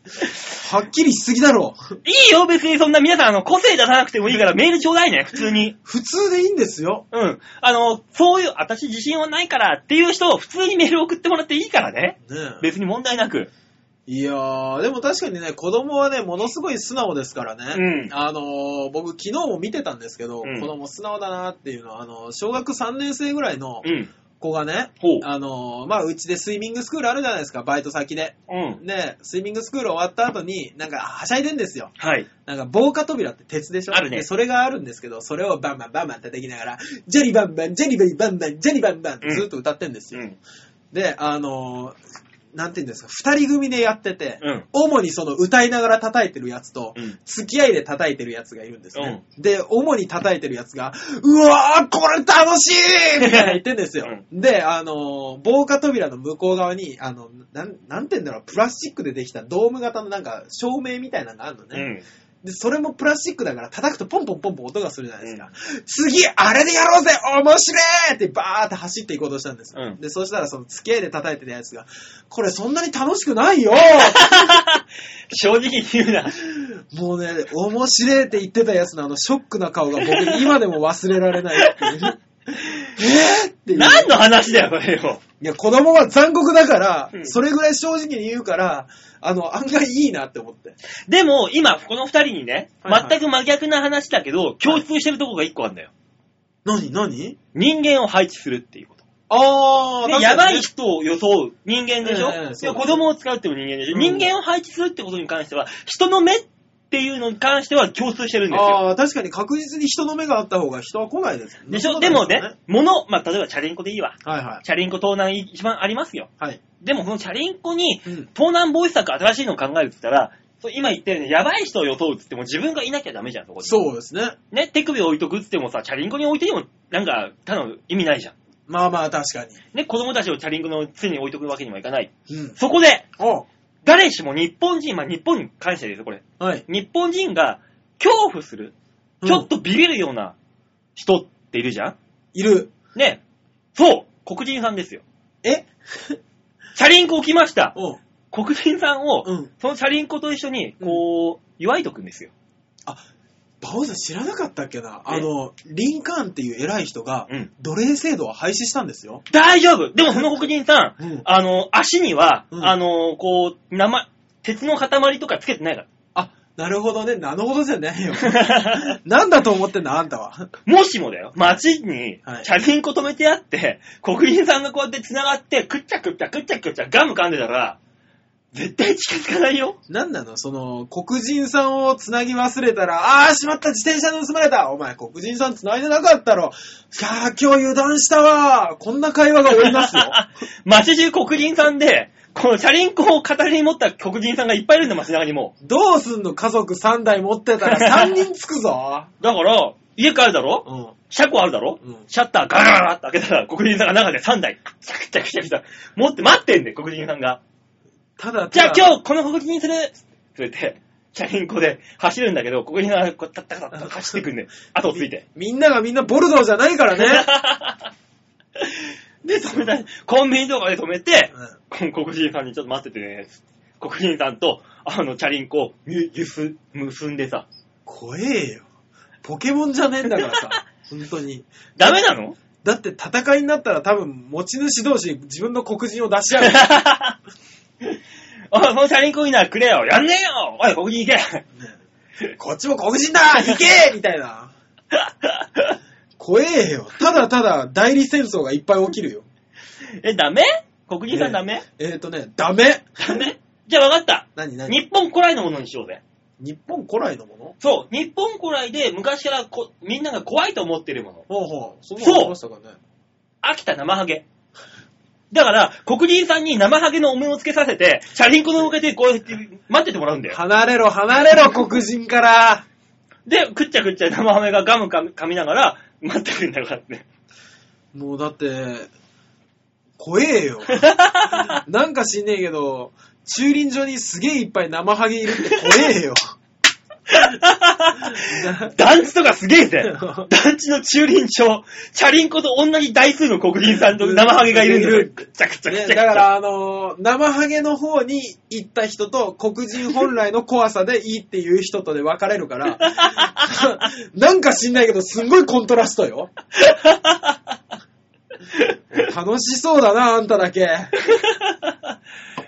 っきりしすぎだろ。いいよ、別にそんな皆さん、あの、個性出さなくてもいいからメールちょうだいね、普通に。普通でいいんですよ。うん。あの、そういう、私自信はないからっていう人を普通にメール送ってもらっていいからね。ねえ別に問題なく。いやー、でも確かにね、子供はね、ものすごい素直ですからね。うんあのー、僕昨日も見てたんですけど、うん子供素直だなっていうのは、あの、小学3年生ぐらいのうん。子がね、ほう。あのー、まあ、うちでスイミングスクールあるじゃないですか、バイト先で。うん。で、スイミングスクール終わった後に、なんか、はしゃいでんですよ。はい。なんか、防火扉って鉄でしょあるねでそれがあるんですけど、それをバンバンバンバン叩きながら、ジェリバンバン、ジェリバンバンバン、ジェリバンバンってずっと歌ってんですうよ。ん。で、あのー、なんて言うんですか、二人組でやってて、うん。主にその歌いながら叩いてるやつと、うん付き合いで叩いてるやつがいるんですね。で、主に叩いてるやつが、うわーこれ楽しいみたいな言ってんですよ。で、あのー防火扉の向こう側に、あの、なん、なんて言うんだろう、プラスチックでできたドーム型のなんか、照明みたいなのがあるのうね。ん。で、それもプラスチックだから叩くとポンポンポンポン音がするじゃないですか。次、あれでやろうぜ面白いってバーって走っていこうとしたんですよ。うんで、そしたらその付き合いで叩いてるやつが、これそんなに楽しくない [LAUGHS] よ正直に言うな。もうね、面白いって言ってたやつのあのショックな顔が僕今でも忘れられないっていう。えーっていう。何の話だよ、これよ。いや、子供は残酷だから、うんそれぐらい正直に言うから、あの、案外いいなって思って。でも、今、この二人にね、はいはい全く真逆な話だけど、共通してるとこが一個あるんだよ。何何人間を配置するっていうこと。あー、で確かやにねばい人を装う人間でしょ、ええええいそうや子供を使うっても人間でしょ、うん人間を配置するってことに関しては、人の目っていうのに関しては共通してるんですよ。あー、確かに確実に人の目があった方が人は来ないですよねでしょそうでなんもすよね、物、まあ、例えばチャリンコでいいわ。はいはい。チャリンコ盗難一番ありますよ。はい。でもこのチャリンコにうん。盗難防止策新しいのを考えるって言ったら、そう今言ったように、やばい人を装うって言っても自分がいなきゃダメじゃん、そこに。そうですね。ね、手首を置いとくってってもさ、チャリンコに置いてても、なんか、ただの意味ないじゃん。まあまあ、確かね、子供たちをチャリンコの常に置いとくわけにもいかない。に。うん。そこで、お誰しも日本人、まあ日本に関してですよ、これ。はい。日本人が恐怖する、うんちょっとビビるような人っているじゃん、いる。ね。そう、黒人さんですよ。え [LAUGHS] チャリンコ置きました。おう。黒人さんを、うん。そのチャリンコと一緒に、こう、祝いとくんですよ。バオさん知らなかったっけなあの、リンカーンっていう偉い人が、うん奴隷制度を廃止したんですよ。大丈夫でもその黒人さん、うんあの、足には、うんあの、こう、生、鉄の塊とかつけてないかあ、なるほどね。なるほどじゃないよ。 [LAUGHS] ら。なんだと思ってんだ、あんたは。もしもだよ、街にはいチャリンコ止めてあって、黒人さんがこうやって繋がって、くっちゃくっちゃくっちゃくっちゃガム噛んでたら、絶対近づかないよ。なんなのその、黒人さんを繋ぎ忘れたら、あーしまった自転車盗まれたお前、黒人さん繋いでなかったろさあ、今日油断したわこんな会話が終わり [LAUGHS] ますよ。街中黒人さんで、このチャリンコを片手に持った黒人さんがいっぱいいるんだ、街中にもどうすんの家族3台持ってたら3人つくぞう。だから、家帰るだろうん。車庫あるだろ、うんシャッターガラガラって開けたら、黒人さんが中で3台、くっちゃくちゃくちゃくちゃ、持って待ってんだよ、黒人さんが。ただ、じゃあただ今日この黒人にするそれって、チャリンコで走るんだけど、黒人さんがこう、タッタッタッタッ走ってくんで、後をついて。みんながみんなボルドーじゃないからね。 [LAUGHS] で、止めた、コンビニとかで止めて、うんこ黒人さんにちょっと待っててね、黒人さんと、あの、チャリンコをゆゆす結んでさ、怖えよ。ポケモンじゃねえんだから [LAUGHS] さ。本当に。ダメなのだって戦いになったら多分持ち主同士自分の黒人を出し合う。ね [LAUGHS] おい、そのチャリンコいいならくれよやんねえよおい、黒人行け [LAUGHS] こっちも黒人だ行けみたいな。怖えよ。ただただ代理戦争がいっぱい起きるよ。え、ダメ黒人さんダメ、えっ、ー、とね、ダメダメじゃあ分かった。何何日本古来のものにしようぜ。日本古来のものそう、日本古来で昔からこみんなが怖いと思ってるもの。ほうほう。そんなのありましたかね。秋田生ハゲ。だから、黒人さんに生ハゲのお面をつけさせて、チャリンコの向けてこうやって待っててもらうんだよ。離れろ離れろ黒人から。で、くっちゃくっちゃ生ハゲがガム [LAUGHS] か噛みながら待ってくんだからって。もうだって、怖え [LAUGHS] よ。なんか知んねえけど、駐輪場にすげえいっぱい生ハゲいるって怖 [LAUGHS] えよ。団地とかすげえぜ [LAUGHS] 団地の駐輪場、チャリンコと同じ台数の黒人さんと生ハゲがいるんだいよる。ぐっちゃぐちゃぐちゃねぐだちかゃ。ら、あのー生ハゲの方に行った人と、黒人本来の怖さでいいっていう人とで分かれる [LAUGHS] から、なんか知んないけど、すんごいコントラストよ。楽しそうだな、あんただけ。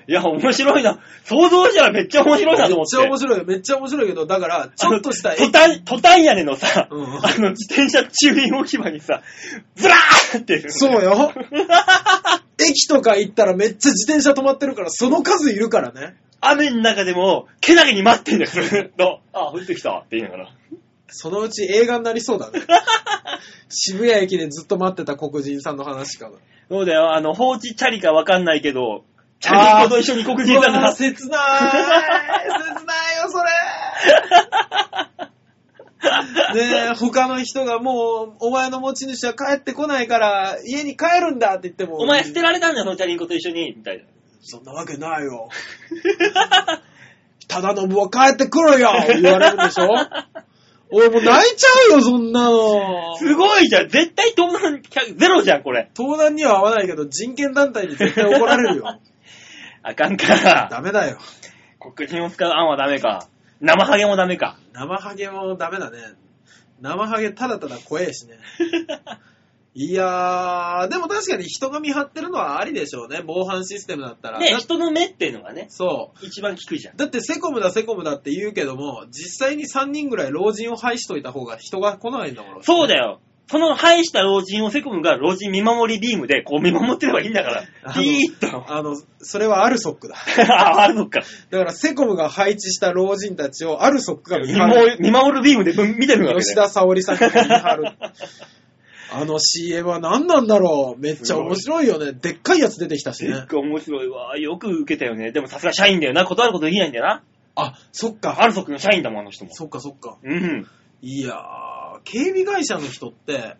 いや、面白いな。想像したらめっちゃ面白いなとめ思っっちて。ゃ面白いよ。めっちゃ面白いけど、だから、ちょっ [LAUGHS] としたトタン、トタン屋根のさ、うんあの、自転車駐輪置き場にさ、ずらーって。そ [LAUGHS] うよ。駅とか行ったらめっちゃ自転車止まってるから、その数いるからね。雨の中でも、けなげに待って [LAUGHS] んだよ、ずっと。あ、降ってきたって言いながら。そのうち映画になりそうだ [LAUGHS] ね。渋谷駅でずっと待ってた黒人さんの話かな。そうだよ、あの、放置チャリかわかんないけど、チャリンコと一緒に黒人さんうわがー。切ない。切ないよ、そ [LAUGHS] れ。ねえ、他の人がもう、お前の持ち主は帰ってこないから、家に帰るんだって言っても。お前捨てられたんだよ、そのチャリンコと一緒に、みたいな。そんなわけないよ。ただのぶは帰ってくるよ言われるでしょ俺もう泣いちゃうよ、そんな [LAUGHS] の。[LAUGHS] すごいじゃん絶対盗難客ゼロじゃん、これ。登壇には合わないけど、人権団体に絶対怒られるよ。あかんから。ダメだよ。黒人を使う案はダメか。生ハゲもダメか。生ハゲもダメだね。生ハゲただただ怖えしね。いやー、でも確かに人が見張ってるのはありでしょうね。防犯システムだったら。 [LAUGHS] ねだ人の目っていうのがね、そう。一番効くじゃん。だってセコムだセコムだって言うけども、実際に3人ぐらい老人を排しといた方が人が来ないんだから。そうだよ。その廃した老人をセコムが老人見守りビームでこう見守ってればいいんだから。あのピーッと。 [LAUGHS] あの、それはアルソックだ。あ、あるのか。だから、セコムが配置した老人たちをアルソックが見見張る。守見守るビームで見てるわけね吉田沙織さんが見張る。あの CM は何なんだろうめっちゃ面白いよね。でっかいやつ出てきたし結ね。構面白いわ。よく受けたよね。でもさすが社員だよな。断ることできないんだよな。あ、そっアか。ルソックの社員だもん、あの人も。そっかそっか。うん。いやー、警備会社の人って、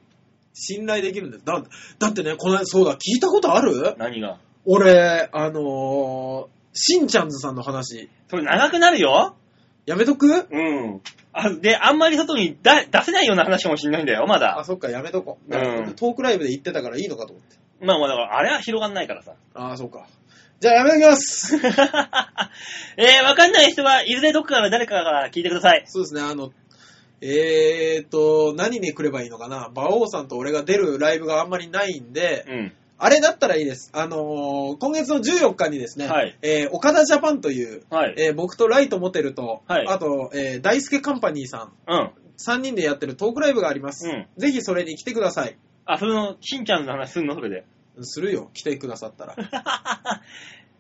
信頼できるんです。だだってね、この間、そうだ、聞いたことある何が。俺、あのー、しんちゃんずさんの話、それ長くなるよ。やめとくうん。あで、あんまり外にだ出せないような話かもしんないんだよ、まあ、だ。そっか、やめとこう。うんトークライブで言ってたからいいのかと思って。まあまあ、だから、あれは広がんないからさ。 [LAUGHS] ああ、そうか。じゃあやめときます。えー、わかんない人はいずれどっかから誰かから聞いてください。 [LAUGHS] そうですね、あの、えーと、何に来ればいいのかな。馬王さんと俺が出るライブがあんまりないんで、うん。あれだったらいいです。あのー今月の14日にですね、はいえー岡田ジャパンという、はい。えー僕とライトモテルと、はいあと、えー大輔カンパニーさん、うん。 3人でやってるトークライブがあります。うんぜひそれに来てください。あ、その、しんちゃんの話すんのそれで。 [LAUGHS] するよ、来てくださった [LAUGHS] ら。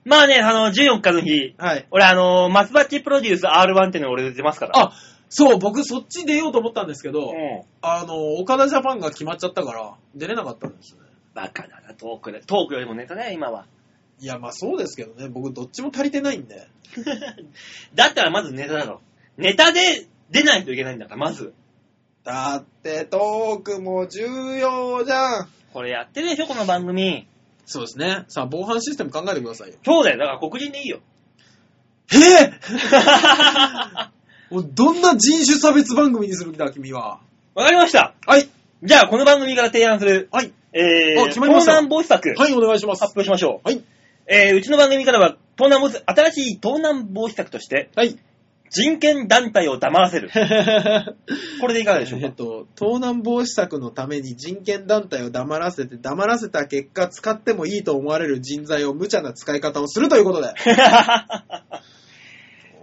まあね、あの、14日の日、はい。俺あの、マスバッチプロデュース R1 っていうの俺出ますから。あ、そう、僕そっち出ようと思ったんですけど、うん。あの、岡田ジャパンが決まっちゃったから、出れなかったんですね。バカだな、トークで。トークよりもネタだよ、今は。 [LAUGHS] いや、まあそうですけどね、僕どっちも足りてないんで。だったらまずネタだろ。ネタで出ないといけないんだから、まず。だってトークも重要じゃん。これやってるでしょ、この番組。そうですね。さあ、防犯システム考えてくださいよ。そうだよ、だから黒人でいいよ。 [LAUGHS] えぇもう [LAUGHS] どんな人種差別番組にするんだ、君は。わかりました。はい。じゃあ、この番組から提案する、はい。えあー、決まりました盗難防止策、はい、お願いしま発す。表しましょう。はい。えー、うちの番組からは、盗難防止、新しい盗難防止策として、はい。人権団体を黙らせる。これでいかがでしょう [LAUGHS] えっかと、盗難防止策のために人権団体を黙らせて、黙らせた結果、使ってもいいと思われる人材を無茶な使い方をするということで。 [LAUGHS]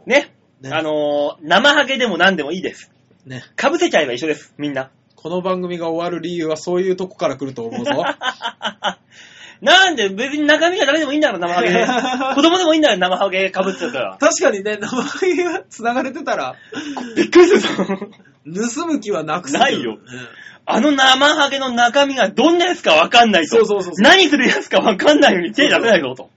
ね。ねあのー、生ハゲでも何でもいいです。ね、かぶせちゃえば一緒です、みんな。この番組が終わる理由はそういうとこから来ると思うぞ。なんで、別に中身が誰でもいいんだから、生ハゲ [LAUGHS] ね。子供でもいいんだよ、生ハゲかぶっちゃったら。 [LAUGHS] 確かにね、名前が繋がれてたら、びっくりするぞ。盗む気はなくせないよねあの生ハゲの中身がどんなやつかわかんないと。そうそうそうそう何するやつかわかんないのに手出せないぞと。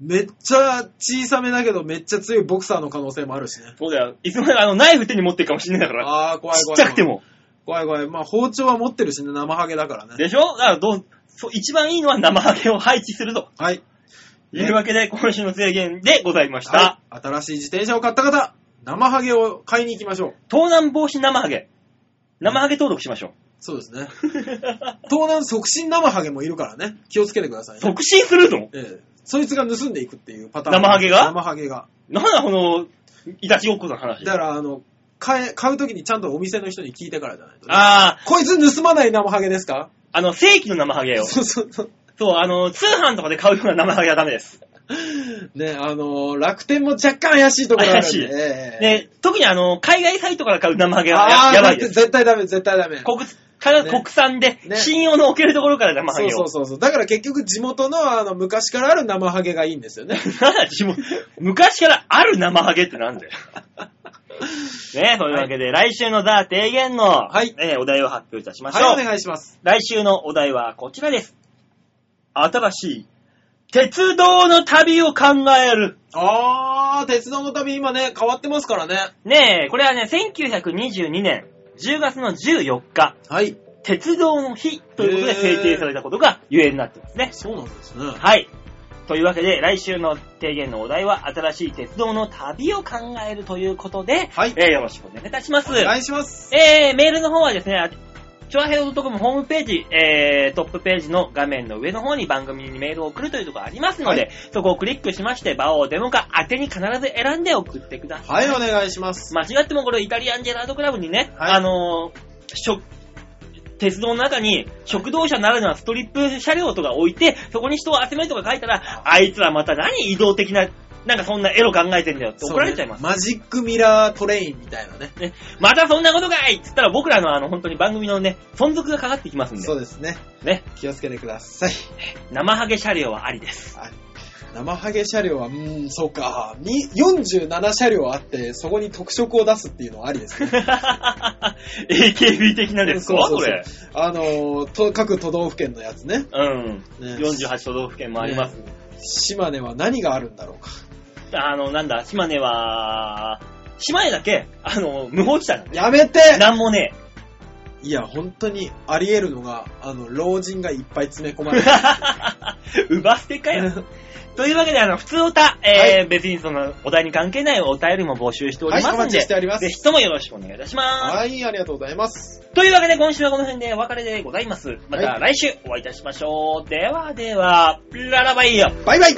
めっちゃ小さめだけど、めっちゃ強いボクサーの可能性もあるしね。そうだよ。いつもあのナイフ手に持ってるかもしれないから。あー、怖いち怖っい。ちゃくて。も。怖い怖い。まあ、包丁は持ってるしね、生ハゲだからね。でしょだからどう、そう、一番いいのは生ハゲを配置すると。はい。いうわけで、今週の制限でございました。はい新しい自転車を買った方、生ハゲを買いに行きましょう。盗難防止生ハゲ。生ハゲ登録しましょそうですね。 [LAUGHS] う。盗難促進生ハゲもいるからね。気をつけてくださいね。促進するのええ。そいつが盗んでいくっていうパターン。生ハゲが生ハゲが。なんだこの、いたちごっこの話。だから、あの、買え、買うときにちゃんとお店の人に聞いてからじゃないと、ね。ああ、こいつ盗まない生ハゲですかあの、正規の生ハゲを。そうそうそう。そう、あの、通販とかで買うような生ハゲはダメです。ね、あのー楽天も若干怪しいところあるんで。怪しいええで、特にあの、海外サイトから買う生ハゲはあやあやばいです。絶対ダメ、絶対ダメ。国、からね国産で、ね信用の置けるところから生ハそうゲそをう。そうそう。だから結局地元のあの昔からある生ハゲがいいんですよね。なんだ [LAUGHS] 自分昔からある生ハゲってなんだよ。ねえ、そういうわけで、来週のザ・提言の、いえーお題を発表いたしましょう。はい、お願いします。来週のお題はこちらです。新しい鉄道の旅を考える。あー、鉄道の旅今ね、変わってますからね。ねえ、これはね、1922年10月の14日、はい。鉄道の日ということで制定されたことがゆえになってますね。そうなんですね。はい。というわけで、来週の提言のお題は、新しい鉄道の旅を考えるということで、はいえーよろしくお願いいたします。お願いします。えー、メールの方はですね、チョアヘオドットコムホームページ、えー、トップページの画面の上の方に番組にメールを送るというところがありますので、はそこをクリックしまして、場をデモか宛てに必ず選んで送ってください。はい、お願いします。間違ってもこれイタリアンジェラートクラブにね、はいあのー食、鉄道の中に食堂車ならではのストリップ車両とか置いて、そこに人を集めるとか書いたら、あいつらまた何移動的な、なんかそんなエロ考えてんだよって怒られちゃいます。そうねマジックミラートレインみたいなね。ね、またそんなことかいっつったら僕らのあの本当に番組のね、存続がかかってきますんでそ、うですね。ね、気をつけてください。生ハゲ車両はありです。 [LAUGHS] あ生ハゲ車両は、うーん、そうか。に47車両あって、そこに特色を出すっていうのはありですね。 AKB 的なですかそうそうそうそれ。あのーと、各都道府県のやつね。うん。ね48都道府県もあります。島根は何があるんだろうか。あの、なんだ、島根は、島根だけ、あの、無法地帯なんだよ。やめてなんもねいや、本当にあり得るのが、あの、老人がいっぱい詰め込まれる。え。 [LAUGHS] うば捨てかよ。というわけで、あの、普通おた、えー別にその、お題に関係ないお便りも募集しておりますので、はいお待ちしておりますぜひともよろしくお願いいたします。 [LAUGHS] はい、ありがとうございます。というわけで今週はこの辺でお別れでございます。または来週お会いいたしましょう。ではでは、ララバイよバイバイ